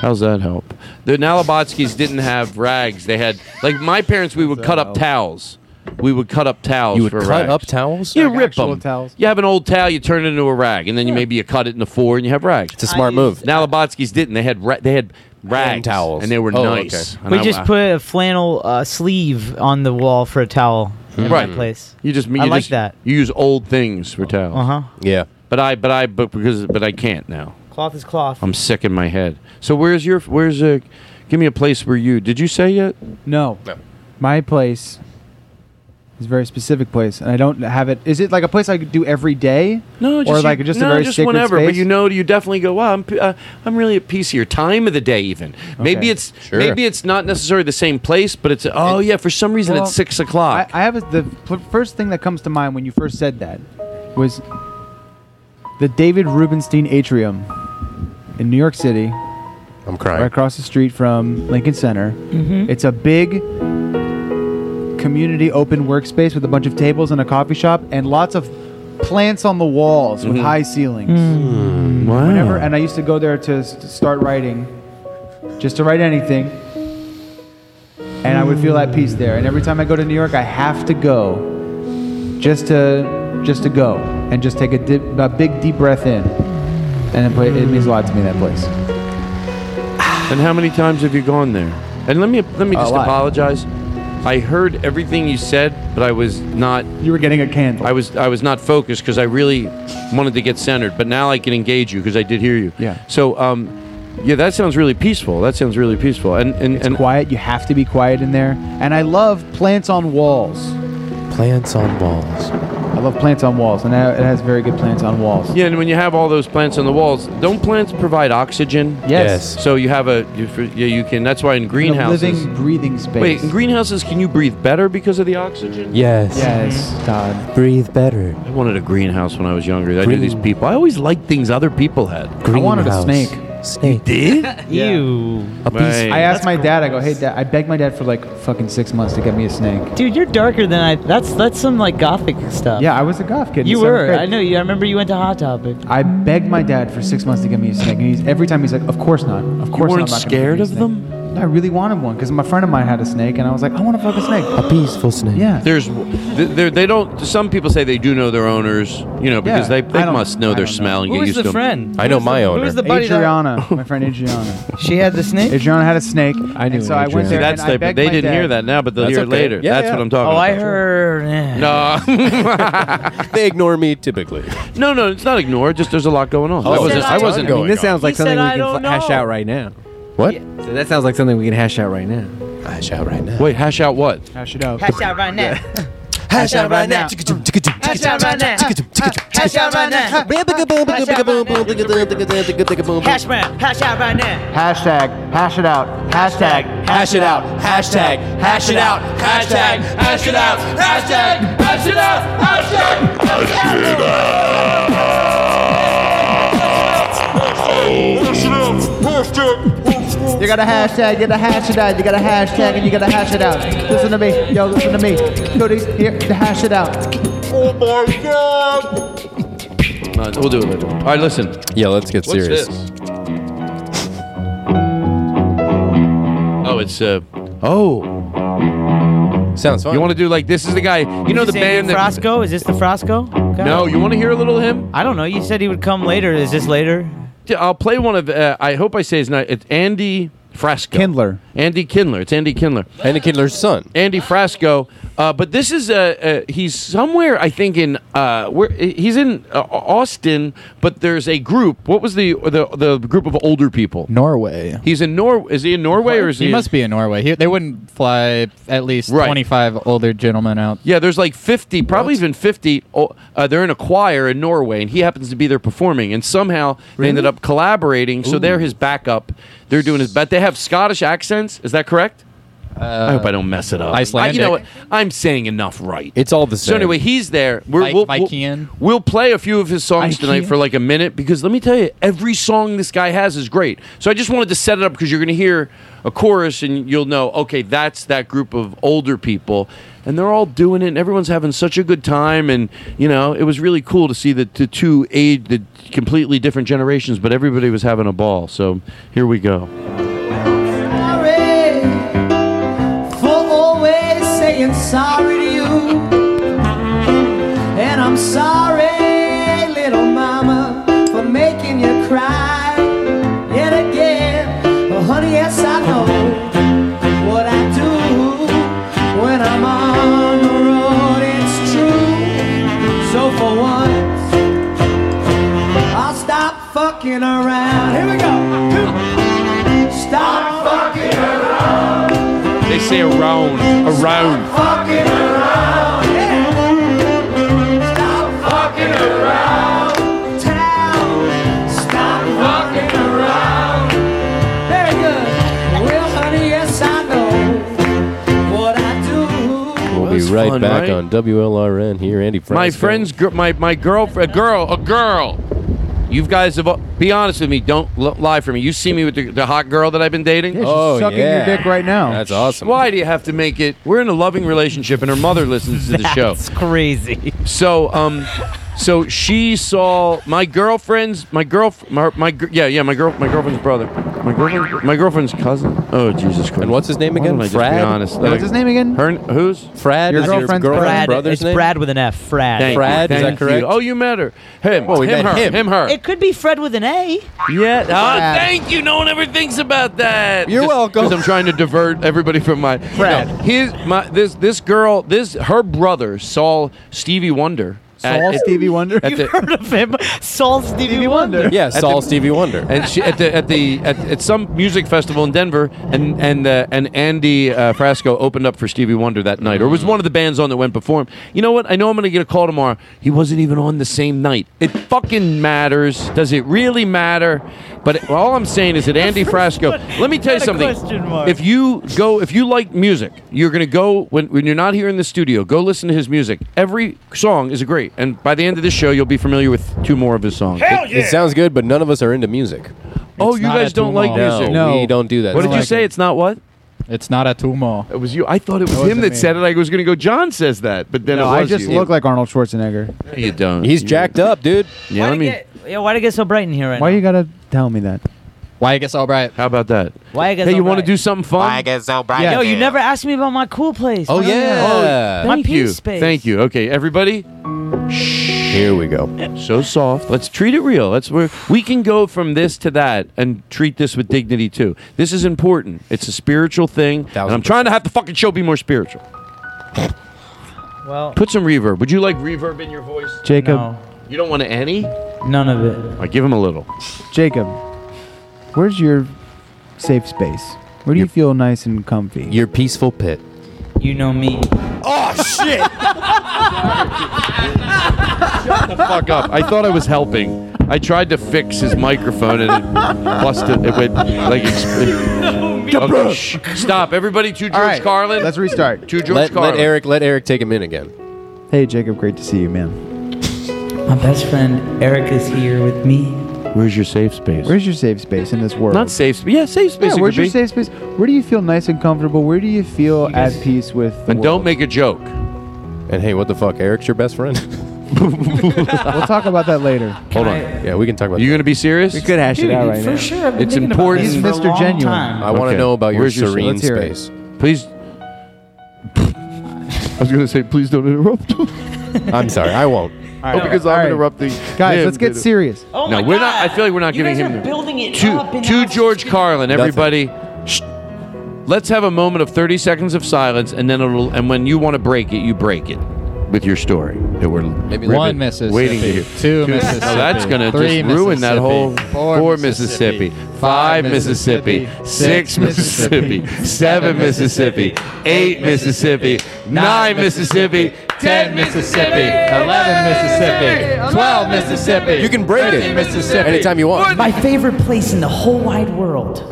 D: How's that help? The Nalabotskis didn't have rags. They had like my parents. We would cut up towels. We would cut up towels.
N: You would
D: for
N: cut
D: rags.
N: up towels?
D: You
N: Like
D: rip
N: actual
D: them. You have an old towel, you turn it into a rag, and then you maybe you cut it into four, and you have rags. It's
N: a smart move.
D: Nalabotskis didn't. They had ra- they had rags
N: towels.
D: and they were
N: Oh,
D: nice.
N: okay.
D: And
E: We
D: I-
E: just put a flannel uh, sleeve on the wall for a towel. in
D: right
E: my place.
D: You just you
E: I like
D: just-
E: that.
D: You use old things for towels.
E: Uh-huh.
P: Yeah.
D: But I but I but because but I can't now.
E: Cloth is cloth.
D: I'm sick in my head. So where's your where's a give me a place where you did you say yet?
J: No. My place is a very specific place, and I don't have it. Is it like a place I could do every day?
D: No,
J: or like just a
D: no,
J: very
D: just
J: sacred
D: whenever. But
J: space?
D: you know, you definitely go. Wow, I'm p- uh, I'm really at peace here. Time of the day, even. Maybe it's
J: Sure.
D: maybe it's not necessarily the same place, but it's oh yeah. For some reason,
J: Well,
D: it's six o'clock.
J: I, I have a, the pl- first thing that comes to mind when you first said that was the David Rubenstein Atrium in New York City.
P: I'm crying.
J: Right across the street from Lincoln Center.
D: Mm-hmm.
E: Mhm.
J: It's a big community open workspace with a bunch of tables and a coffee shop and lots of plants on the walls with
P: Mm-hmm.
D: Mhm.
J: high ceilings.
P: Hmm.
D: wow.
J: Whenever, and I used to go there to s- start writing, just to write anything. And I would feel at peace there. And every time I go to New York, I have to go, just to just to go and just take a, dip, a big deep breath in, and it, pla- it means a lot to me that place.
D: And how many times have you gone there? And let me let me
J: A
D: just
J: lot.
D: apologize. I heard everything you said, but I was not.
J: You were getting a candle.
D: I was I was not focused because I really wanted to get centered. But now I can engage you because I did hear you.
J: Yeah.
D: So um, yeah, that sounds really peaceful. That sounds really peaceful. And and,
J: It's quiet. You have to be quiet in there. And I love plants on walls.
P: Plants on walls.
J: I love plants on walls, and it has very good plants on walls.
D: Yeah, and when you have all those plants on the walls, don't plants provide oxygen?
J: Yes. Yes.
D: So you have a you, for- yeah, you can. That's why in greenhouses.
J: living, breathing space.
D: Wait, in greenhouses, can you breathe better because of the oxygen?
P: Yes.
J: Yes, Todd.
P: Breathe better.
D: I wanted a greenhouse when I was younger. I knew these people. I always liked things other people had.
J: I wanted a snake.
P: Snake.
D: Did?
E: Ew.
D: Right.
J: I asked my dad. I go, "Hey, dad." I begged my dad for like fucking six months to get me a snake.
E: Dude, you're darker than I. That's that's some like gothic stuff.
J: Yeah, I was a goth kid. in
E: You
J: seventh
E: were.
J: grade.
E: I know you. I remember you went to Hot Topic.
J: I begged my dad for six months to get me a snake, and he's every time he's like, "Of course not. Of
D: weren't
J: course not." I'm not gonna
D: scared
J: get you a
D: of
J: snake." I really wanted one because my friend of mine had a snake, and I was like, "I want to fuck a snake." A
P: peaceful snake.
J: Yeah.
D: There's, th- there- they don't. Some people say they do know their owners, you know, because they,
J: Yeah,
D: they
J: I don't-
D: must know
J: I
D: their
J: don't know.
D: smell and
J: Who
D: get
J: was
D: used
J: the
D: to 'em.
J: friend?
D: I know my owner.
J: Adriana, my friend Adriana.
E: she had the snake.
J: Adriana had a snake. I
D: knew
J: And so I went
D: Adriana.
J: there.
D: See, that's
J: and I
D: the-
J: begged
D: they
J: my
D: didn't
J: dad-
D: hear that now, but they'll hear it later. That's what I'm talking
E: Oh, I
D: about.
E: heard.
J: Oh,
D: No,
P: they ignore me typically.
D: No, no, it's not ignore. Just there's a lot going on.
P: Oh,
D: I
P: he
D: wasn't.
P: said
D: I,
P: I
D: wasn't.
P: don't I mean, this
Q: This sounds like
E: He said,
Q: something
E: "I
Q: we
E: don't
Q: can fl- hash
E: know."
Q: out right now.
D: What?
Q: So that sounds like something we can hash out right now.
P: Hash out right now.
D: Wait, hash out what?
J: Hash it out.
E: Hash out right now.
B: Hash out right now.
E: Hash out right now. Hash out right now. Hash man. Hash out right now.
J: Hashtag. Hash it out. Hashtag.
B: Hash it out. Hashtag. Hash it out. Hashtag. Hash it out. Hashtag. Hash it out. Hashtag.
J: You got a hashtag, you got a hash it out, you got a hashtag, and you got a hash it out. Listen to me, yo, listen to me. Cody, here, to hash it out. Oh my god!
D: No, we'll do it later. All right, listen.
P: Yeah, let's get
D: What's
P: serious.
D: this? Oh, it's uh. Oh.
P: Sounds fun.
D: You want to do like this is the guy? You know the band that.
E: Frosco? Is this the Frosco? guy?
D: No, you want to hear a little of him?
E: I don't know. You said he would come later. Is this later?
D: Yeah, I'll play one of. Uh, I hope I say his name. It's Andy Frasco.
J: Kindler.
D: Andy Kindler. It's Andy Kindler.
P: Andy Kindler's son.
D: Andy Frasco. Uh, but this is uh, uh, he's somewhere I think in uh, where he's in uh, Austin. But there's a group. What was the the the group of older people?
R: Norway.
D: He's in Nor. Is he in Norway or is he?
R: He
D: in-
R: must be in Norway. He, they wouldn't fly at least
D: Right.
R: 25 older gentlemen out.
D: Yeah, there's like 50, probably even 50. oh, Uh, they're in a choir in Norway, and he happens to be there performing. And somehow they ended up collaborating, so they're his backup. They're doing his but They have Scottish accents. Is that correct? I hope I don't mess it up. I, you know what?
P: Uh, Icelandic.
D: I'm saying enough right.
P: It's all the
D: So
P: same.
D: anyway, he's there.
P: Vi-
D: we'll,
R: Vikian?
D: we'll, we'll play a few of his songs tonight
P: Vikian?
D: for like a minute because let me tell you, every song this guy has is great. So I just wanted to set it up because you're going to hear a chorus and you'll know, okay, that's that group of older people. And they're all doing it, and everyone's having such a good time. And you know, it was really cool to see the, the two age, the completely different generations, but everybody was having a ball. So here we go.
A: sorry for always saying sorry to you. And I'm sorry, little mama, for making you cry yet again. Oh, honey, yes, I know what I do when I'm on the road.
S: fucking around. Here we go. Stop fucking around.
D: They say around, around.
S: Fucking around. Yeah. Stop fucking around. Town. Stop fucking around. Very good.
B: uh,
S: Well, honey, yes, I know what I do.
A: We'll
D: That's
A: be right
D: fun,
A: back
D: right?
A: on WLRN here, Andy. Francis.
D: My friend's gr- my my girlfriend, a girl, a girl. You guys have all- be honest with me. Don't l- lie for me. You see me with the, the hot girl that I've been dating.
J: she's
Q: Oh,
J: sucking your dick right now.
D: That's awesome. Why do you have to make it? We're in a loving relationship, and her mother listens to the show.
E: That's crazy.
D: So, um, so she saw my girlfriend's, my girl, my, my gir- yeah, yeah, my girl, my girlfriend's brother, my girlfriend, my girlfriend's cousin. Oh Jesus Christ! And what's his name
A: again? Frad?
D: Be honest.
A: What's his
J: name again?
D: Her, who's
A: Frad? Your is your girlfriend's girlfriend's Brad. brother's
E: it's
A: name?
E: Brad with an F. Frad.
D: Thank you,
A: Frad, is
D: thank
A: that
D: you.
A: correct?
D: Oh, you met her. Him.
A: Oh, we
D: him,
A: met
D: her.
A: him.
D: her.
E: It could be Fred with an A.
D: yeah. Ah,
E: Brad.
D: thank you. No one ever thinks about that.
E: You're welcome.
D: Because I'm trying to divert everybody from my.
E: Brad.
D: No, his my this this girl this her brother saw Stevie Wonder. at-
J: Saw
D: at-
J: Stevie Wonder?
D: at
J: You've
D: the-
E: Heard of him? Saul Stevie Wonder.
D: At the- And she, at the at the at, at some music festival in Denver, and and uh, and Andy uh, Frasco opened up for Stevie Wonder that night, or was
E: Mm.
D: one of the bands on that went before him. You know what? I know I'm going to get a call tomorrow. He wasn't even on the same night. It fucking matters. Does it really matter? But it- all I'm saying is that Andy Frasco. Let me tell you
E: Not a
D: something.
E: question mark.
D: If you go, if you like music, you're going to go when when you're not here in the studio. Go listen to his music. Every song is great, and by the end of this show, you'll be familiar with two more of his songs.
A: It, it sounds good, but none of us are into music.
D: Oh, you
A: not
D: guys
A: a
D: don't like
A: tumult.
D: music?
A: No, we don't do that.
D: What did
A: Don't
D: you
A: like
D: say? It's not what?
B: It's not a tumor.
D: It was you. I thought it was
B: That
D: him
B: wasn't
D: that
B: me.
D: said it. I was going to go. John says that, but then
J: No,
D: it
J: I
D: was
J: just
D: you.
J: look like Arnold Schwarzenegger.
D: No, you don't.
A: He's jacked up, dude.
D: Yeah, let me.
E: Yeah, why'd it get so bright in here right
J: Why
E: now?
J: you gotta tell me that?
B: Why it gets all bright?
D: How about that?
E: Why it gets
D: Hey, you
E: so
D: want to
E: bright?
D: do something fun? Why get so bright?
E: Yo, you never asked me about my cool place.
A: Oh, yeah.
E: my
D: Thank
E: peace
D: you.
E: space.
D: Thank you. Okay, everybody. Here
A: we go.
D: So soft. Let's treat it real. Let's we we can go from this to that and treat this with dignity too. This is important. It's a spiritual thing, and I'm trying to have the fucking show be more spiritual.
E: Well,
D: Put some reverb. Would you like reverb in your voice,
J: Jacob.
D: You don't want any?
E: None of it.
D: I give him a little.
J: Jacob, where's your safe space? Where do you feel nice and comfy?
A: Your peaceful pit.
E: You know me.
A: Oh shit!
D: Shut the fuck up. I thought I was helping. I tried to fix his microphone and it busted. It went like. It's, Okay, shh. Stop. Everybody to George
J: right,
D: Carlin.
J: let's restart.
D: To George
A: Let, let
D: Carlin.
A: Eric let Eric take him in again.
J: Hey, Jacob, great to see you, man.
E: My best friend Eric is here with me.
D: Where's your safe space?
J: Where's your safe space in this world?
D: Not safe space. Yeah, safe space.
J: Yeah,
D: it
J: where's
D: could
J: your
D: be.
J: safe space? Where do you feel nice and comfortable? Where do you feel at peace with the
D: And
J: world?
D: don't make a joke.
A: And hey, what the fuck? Eric's your best friend?
J: We'll talk about that later.
A: Hold on. Yeah, we can talk about.
D: You gonna be serious?
J: We could hash it out right now.
D: It's important.
J: He's Mr. Genuine. Oh,
A: I want to
D: Okay.
A: know about your
D: Where's your-
A: serene
D: let's hear it.
A: space.
D: Please. I was gonna say, please don't interrupt.
A: I'm sorry, I won't.
J: All
D: Oh, because
J: all
D: I'm
J: right.
D: interrupting.
J: Guys,
D: him,
J: let's get
D: dude.
J: serious.
D: no, we're not. I feel like we're not giving him. the-
E: building it up
D: to, to George Carlin, everybody. Shh. Let's have a moment of 30 seconds of silence, and then it'll. And when you want to break it, you break it with your story that we're maybe
B: One Mississippi,
D: waiting to hear.
B: two
D: Now
B: Mississippi,
D: that's gonna
B: three
D: just ruin that
B: Mississippi,
D: whole
B: four
D: four Mississippi, five Mississippi, six Mississippi, seven Mississippi, eight Mississippi, nine Mississippi, ten Mississippi, eleven Mississippi, twelve Mississippi.
A: You can break it
D: 13 Mississippi.
A: anytime you want.
E: My favorite place in the whole wide world.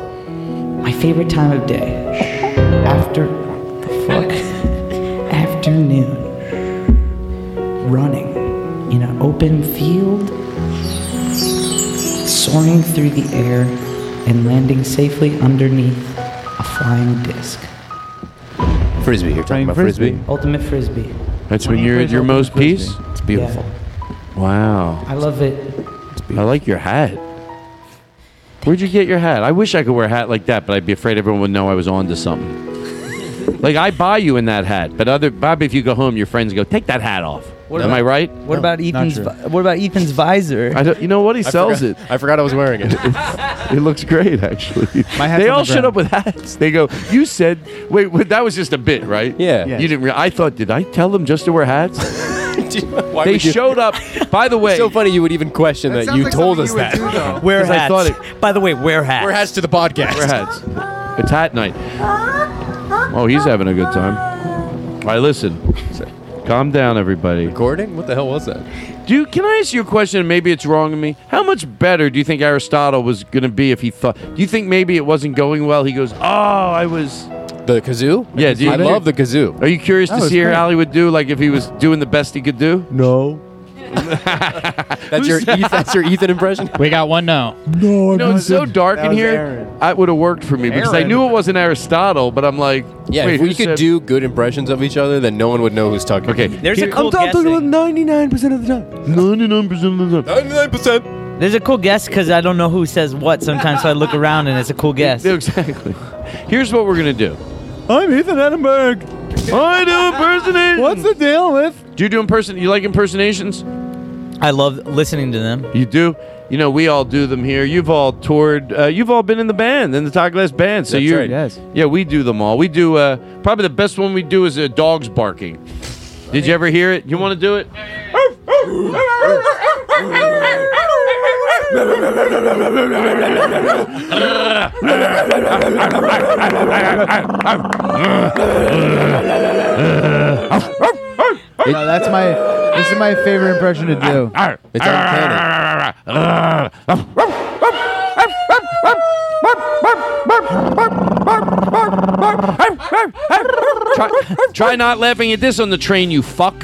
E: My favorite time of day. After the fuck afternoon. Running in an open field. Soaring through the air and landing safely underneath a flying disc.
A: Frisbee, you're talking about frisbee.
E: Ultimate frisbee.
D: That's when you're at your most peace. It's
E: beautiful.
D: Wow.
E: I love it.
D: I like your hat. Where'd you get your hat? I wish I could wear a hat like that, but I'd be afraid everyone would know I was on to something. like I buy you in that hat, but other Bobby, if you go home, your friends go, take that hat off.
E: What
D: Am
E: about-
D: I right?
E: What about Ethan's? vi- What about Ethan's visor?
D: I don't, you know what? He
E: I
D: sells
E: forgot-
D: it.
A: I forgot I was wearing it.
D: it looks great, actually.
E: My hat's
D: they
E: on
D: all
E: the
D: showed
E: ground.
D: up with hats. They go, you said, wait, wait that was just a bit, right?
A: Yeah.
D: You didn't. Re- I thought, did I tell them just to wear hats?
N: Why
D: they
N: would you-
D: showed up. By the way,
N: so funny you would even question that, you told us that.
D: Wear
N: Because I
D: hats.
N: thought
T: By the way, wear hats.
N: Wear hats to the podcast.
D: Wear hats. It's hat night. Oh, he's having a good time. All right, listen. Calm down, everybody.
N: Recording? What the hell was that?
D: Dude, can I ask you a question? and Maybe it's wrong of me. How much better do you think Aristotle was going to be if he thought? Do you think maybe it wasn't going well? He goes, "Oh, I was."
N: The kazoo?
D: Yeah, do you,
N: I love the kazoo.
D: Are you curious
N: That
D: to
N: was
D: see how
N: great.
D: Ali would do? Like if he was doing the best he could do? No.
N: That's your Ethan- that's your Ethan impression.
U: We got one no.
D: No,
U: it
D: no, it's so
U: wasn't.
D: dark
U: That
D: in
U: was
D: here.
U: Aaron.
D: That would have worked for me because I
N: Aaron.
D: knew it wasn't Aristotle, but I'm like,
N: Yeah,
D: wait,
N: if
D: who
N: we could
D: said-
N: do good impressions of each other, then no one would know who's talking. Okay,
T: There's a cool
O: I'm talking
T: guessing.
O: about 99% of the time.
D: 99% of the time.
N: 99%.
T: There's a cool guess because I don't know who says what sometimes, so I look around and it's a cool guess.
D: Exactly. Here's what we're gonna do.
O: I'm Ethan Edinburgh.
D: I do impersonations. What's the deal with? Do you do imperson? You like impersonations?
T: I love listening to them.
D: You do. You know, we all do them here. You've all toured. Uh, you've all been in the band, in the Todd Glass band. So
N: That's
D: you're,
N: right. Yes.
D: yeah, we do them all. We do. Uh, probably the best one we do is uh, dogs barking. Did you ever hear it? You want to do it?
J: No, that's my. This is my favorite impression to
D: Ah,
J: do.
N: It's uncanny.
D: try, try not laughing at this on the train, you fuck.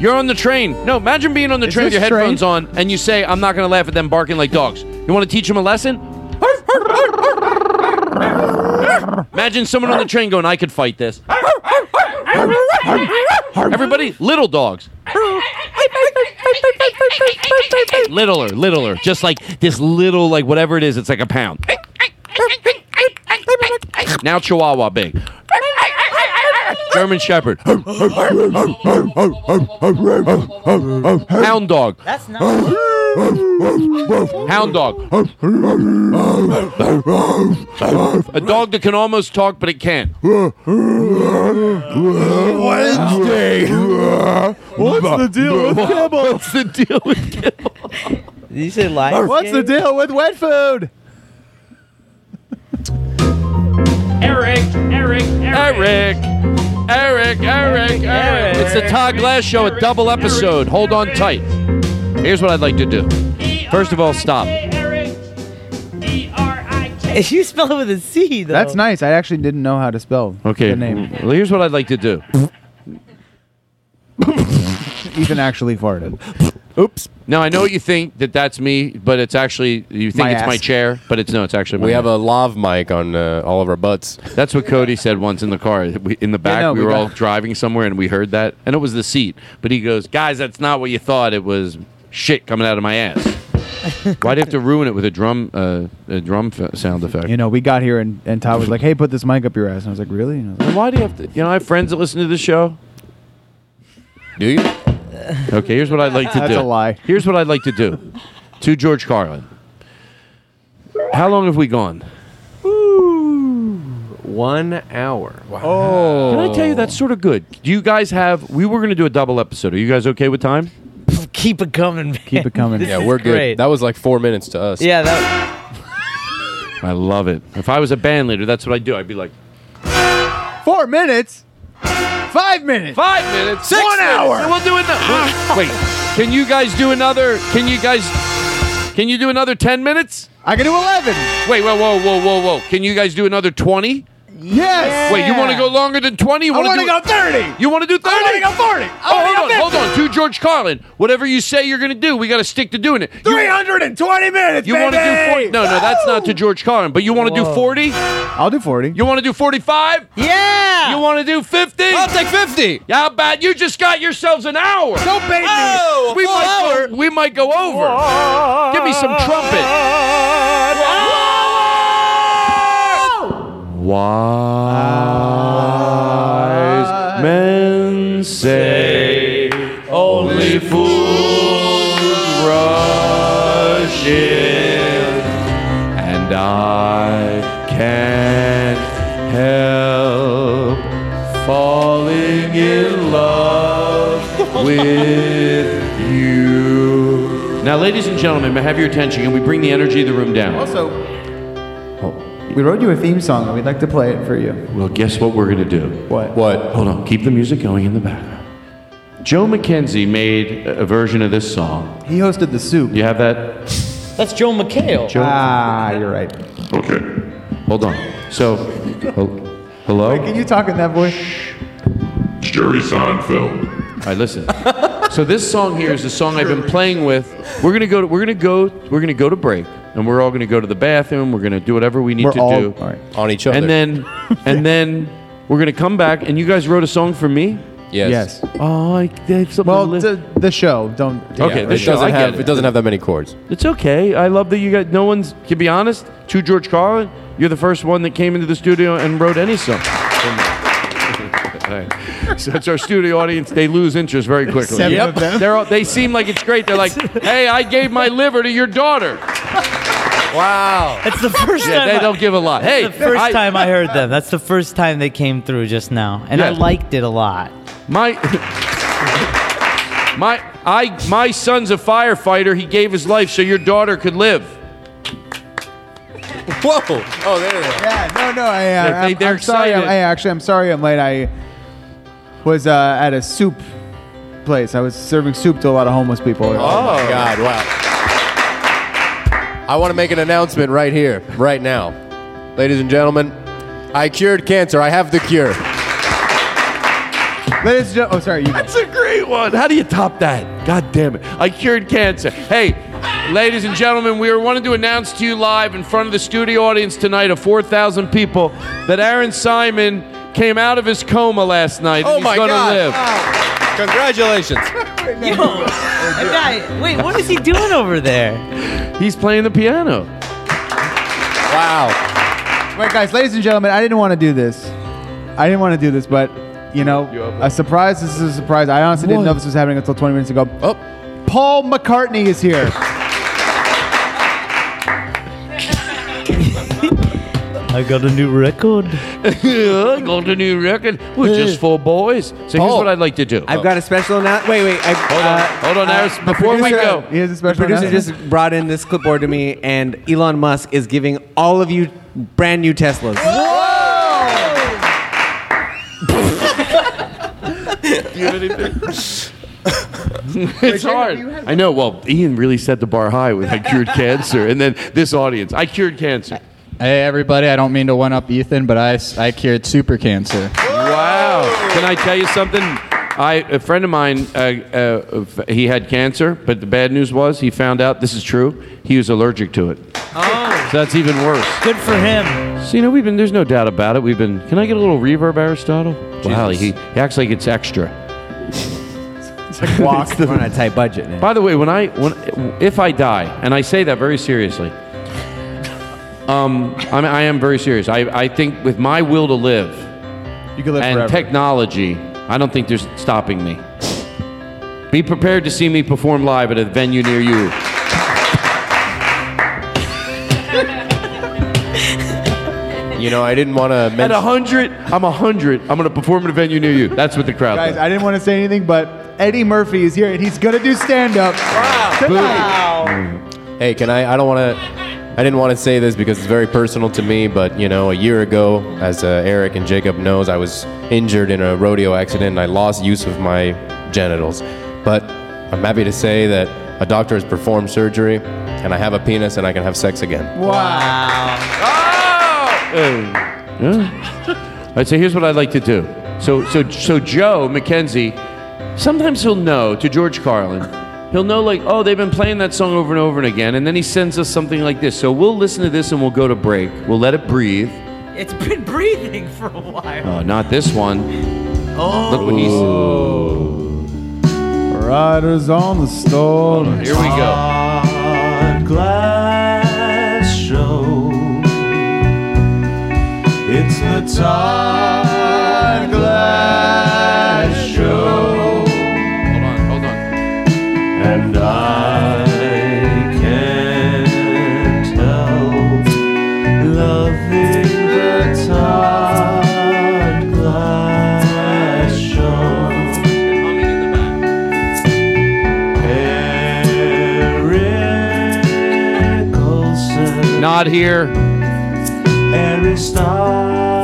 D: You're on the train. No, imagine being on the train with your
N: this
D: headphones on and you say, I'm not going to laugh at them barking like dogs. You want to teach them a lesson? Imagine someone on the train going, I could fight this. Everybody, little dogs. Littler, littler. Just like this little, like whatever it is, it's like a pound. Now Chihuahua big. German Shepherd. Hound dog.
T: That's not.
D: Hound dog. A dog that can almost talk but it can't.
H: Wednesday.
D: What's the deal with Kibble? What's the deal with
H: Kibble?
T: Did you say live?
J: What's the deal with wet food?
D: Eric, Eric, Eric, Eric, Eric, Eric. It's the Todd Glass Show, a double episode. Hold on tight. Here's what I'd like to do. First of all, stop.
T: If you spell it with a C, though.
J: That's nice. I actually didn't know how to spell
D: Okay.
J: the name.
D: Well, here's what I'd like to do.
J: Ethan actually farted.
D: Oops. Now I know what you think that that's me, but it's actually you think
J: My
D: it's my
J: ass.
D: chair, but it's no, it's actually my
N: We have a lav mic on uh, all of our butts.
D: That's what Cody said once in the car. We, in the back,
N: no,
D: we
N: we
D: were
N: got-
D: all driving somewhere and we heard that, and it was the seat. But he goes, "Guys, that's not what you thought. It was shit coming out of my ass." Why'd you have to ruin it with a drum, uh, a drum f- sound effect?
J: You know, we got here and, and Todd was like, "Hey, put this mic up your ass," and I was like, "Really?" And I was
D: And why do you have to? You know, I have friends that listen to the show. Do you? Okay, here's what I'd like to
J: That's
D: do.
J: a lie.
D: Here's what I'd like to do. to George Carlin. How long have we gone?
O: One hour. Wow.
D: Oh. Can I tell you that's sort of good? Do you guys have? We were going to do a double episode. Are you guys okay with time?
T: Keep it coming, man. Keep
J: it coming.
T: This
N: yeah,
T: is
N: we're good.
T: great.
N: That was like four minutes to us.
T: Yeah, that.
D: I love it. If I was a band leader, that's what I'd do. I'd be like,
J: like, Four minutes. Five minutes. Ah.
D: Five minutes. Six one hour. We'll do another. Wait, can you guys do another? Can you guys? Can you do another ten minutes?
J: I can do eleven.
D: Wait, whoa, whoa, whoa, whoa, whoa. Can you guys do another twenty?
J: Yes.
D: Wait, you want to go longer than twenty? You
J: I
D: wanna
J: wanna
D: do-
J: go 30.
D: You want to do thirty?
J: I wanna go 40. I
D: Oh,
J: wanna go
D: hold on,
J: 50.
D: hold on. To George Carlin, whatever you say you're going to do, we got to stick to doing it. You-
J: 320 minutes,
D: You want to do 40? No, no, that's not to George Carlin, but you want to do
J: Whoa.
D: 40?
J: I'll do 40.
D: You want to do 45?
T: Yeah.
D: You want to do 50? I'll take 50. Yeah, how bad? You just got yourselves an hour.
H: Don't bait me. Oh, a
D: we
H: full
D: might Go, we might go over. Give me some trumpet. Wise men say only fools rush in, and I can't help falling in love. with you. Now, ladies and gentlemen, may I have your attention? Can we bring the energy of the room down?
J: Also, we wrote you a theme song and we'd like to play it for you.
D: Oh. Well, guess what we're going to do? What? What? Hold on. Keep the music going in the background. Joe McKenzie made a a version of this song.
J: He hosted The Soup.
D: You have that?
T: That's Joe McHale.
J: Ah, you're right.
D: Okay. Hold on. So, hel- hello?
J: Can you talk in that voice?
D: It's Jerry Seinfeld. All right, listen. so this song here is the song I've been playing with. We're gonna go. To, we're gonna go. We're gonna go to break, and we're all gonna go to the bathroom. We're gonna do whatever we need
N: We're
D: to
N: all-
D: do
N: all right. On each other.
D: and then and then we're gonna come back. And you guys wrote a song for me.
N: Yes.
D: Oh, I,
J: well, the, the show. Don't.
D: Okay,
N: it
D: the show,
N: doesn't
D: I get
N: have
D: it.
N: it doesn't have that many chords.
D: It's okay. I love that you got. No one's. To be honest, to George Carlin, you're the first one that came into the studio and wrote any song. All right. So that's our studio audience. They lose interest very quickly.
H: Seven of them.
D: They're all, they seem like it's great. They're like, hey, I gave my liver to your daughter. Wow.
T: That's the first
D: yeah,
T: time
D: They
T: I-
D: don't give a lot.
T: That's
D: Hey,
T: the first
D: I-
T: time I heard them. That's the first time they came through just now, and I
D: Yeah.
T: liked it a lot.
D: My my I my son's a firefighter. He gave his life so your daughter could live. Whoa! Oh, there they are.
J: Yeah, no, no, I, uh,
D: They're- they-
J: I'm,
D: they're
J: I'm sorry. I'm,
D: excited.
J: I actually, I'm sorry I'm late. I was uh, at a soup place. I was serving soup to a lot of homeless people.
N: Oh, my God! Wow. I want to make an announcement right here, right now, ladies and gentlemen. I cured cancer. I have the cure.
J: Ladies and gentlemen, oh sorry, you.
D: That's a great one. How do you top that? God damn it! I cured cancer. Hey, ladies and gentlemen, we are wanting to announce to you live in front of the studio audience tonight of four thousand people that Aaron Simon came out of his coma last night.
N: Oh
D: and
N: my
D: he's gonna
N: God.
D: Live.
N: Congratulations.
T: Yo, that guy- wait, what is he doing over there?
D: He's playing the piano.
N: Wow.
J: Wait, guys, ladies and gentlemen, I didn't want to do this. I didn't want to do this, but you know, a surprise. This is a surprise. I honestly didn't know this was happening until 20 minutes ago.
N: Oh,
J: Paul McCartney is here.
T: I got a new record.
D: I got a new record. We're just four boys. So here's
O: Oh.
D: what I'd like to do.
O: I've got a special now. Wait, wait. I, hold
D: on, hold on, Aris, before we go.
J: He has a special
O: The producer
J: announcement.
O: just brought in this clipboard to me, and Elon Musk is giving all of you brand new Teslas.
D: Do you have anything?
H: Wait,
D: it's
H: Jacob,
D: hard.
H: you had-
D: I know. Well, Ian really set the bar high with I cured cancer, and then this audience, I cured cancer.
U: Hey, everybody, I don't mean to one up Ethan, but I, s- I cured super cancer.
D: Wow! Can I tell you something? I a friend of mine, uh, uh, f- he had cancer, but the bad news was he found out this is true. He was allergic to it. Oh, so that's even worse.
T: Good for him.
D: So you know we've been. There's no doubt about it. We've been. Can I get a little reverb, Aristotle? Wow, he, he acts like it's extra.
O: It's like walk. We're on a tight budget now.
D: By the way, when I when if I die, and I say that very seriously, um, I'm, I am very serious. I, I think with my will to live,
J: you can live
D: and
J: forever.
D: technology, I don't think there's stopping me. Be prepared to see me perform live at a venue near you.
N: You know, I didn't want to
D: At
N: mention.
D: a hundred, I'm a hundred. I'm gonna perform at a venue near you. That's what the crowd.
J: Guys, I didn't want to say anything, but Eddie Murphy is here and he's gonna do stand up.
N: Hey, can I? I don't want to. I didn't want to say this because it's very personal to me, but you know, a year ago, as uh, Eric and Jacob knows, I was injured in a rodeo accident and I lost use of my genitals. But I'm happy to say that a doctor has performed surgery and I have a penis and I can have sex again.
J: Wow.
D: Yeah. All right, Hmm. so here's what I'd like to do. So, so, so Joe McKenzie, sometimes he'll know to George Carlin. He'll know like, oh, they've been playing that song over and over and again, and then he sends us something like this. So we'll listen to this and we'll go to break. We'll let it breathe.
T: It's been breathing for a while.
D: Oh, not this one.
T: Oh.
D: Look what he's.
J: Riders on the storm.
D: Here we go.
A: Hot glass show. It's the Todd Glass show.
D: Hold on, hold on.
A: And I can't help loving the Todd Glass show.
D: God here.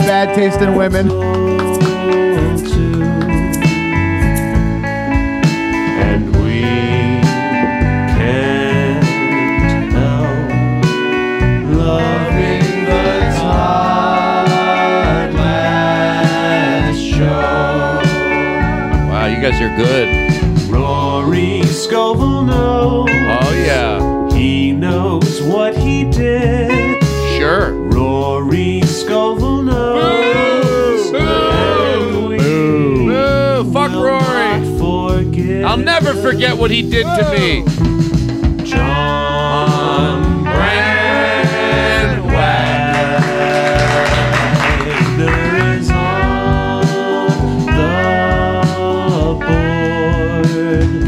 J: Bad taste in women.
A: And we can't help loving the Todd Glass Show.
D: Wow, you guys are good.
A: Rory Scovel knows.
D: Oh, yeah.
A: He knows what he did.
D: Sure.
A: Rory Scovel knows. And we
D: Boo, fuck Rory. I'll never forget what he did to me.
A: John Brandwagner is on the board.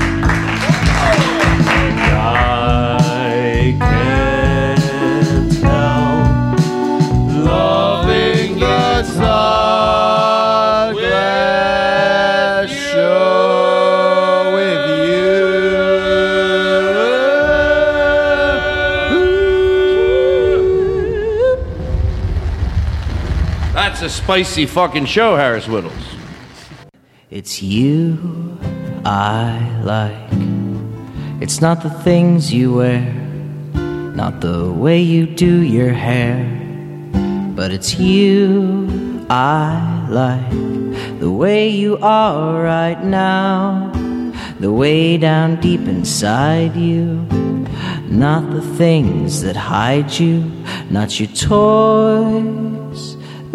A: I can't help loving the Sunglass Show with
D: That's a spicy fucking show, Harris Whittles.
E: It's you I like. It's not the things you wear, not the way you do your hair, but it's you I like. The way you are right now, the way down deep inside you. Not the things that hide you, not your toys,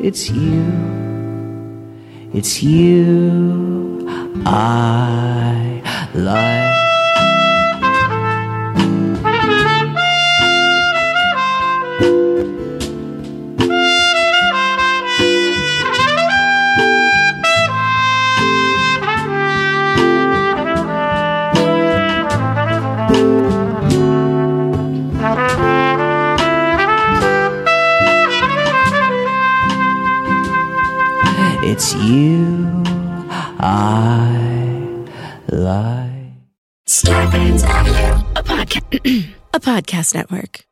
E: it's you. It's you I like. It's you I like.
F: Star Bands Audio, a, podca- a podcast network.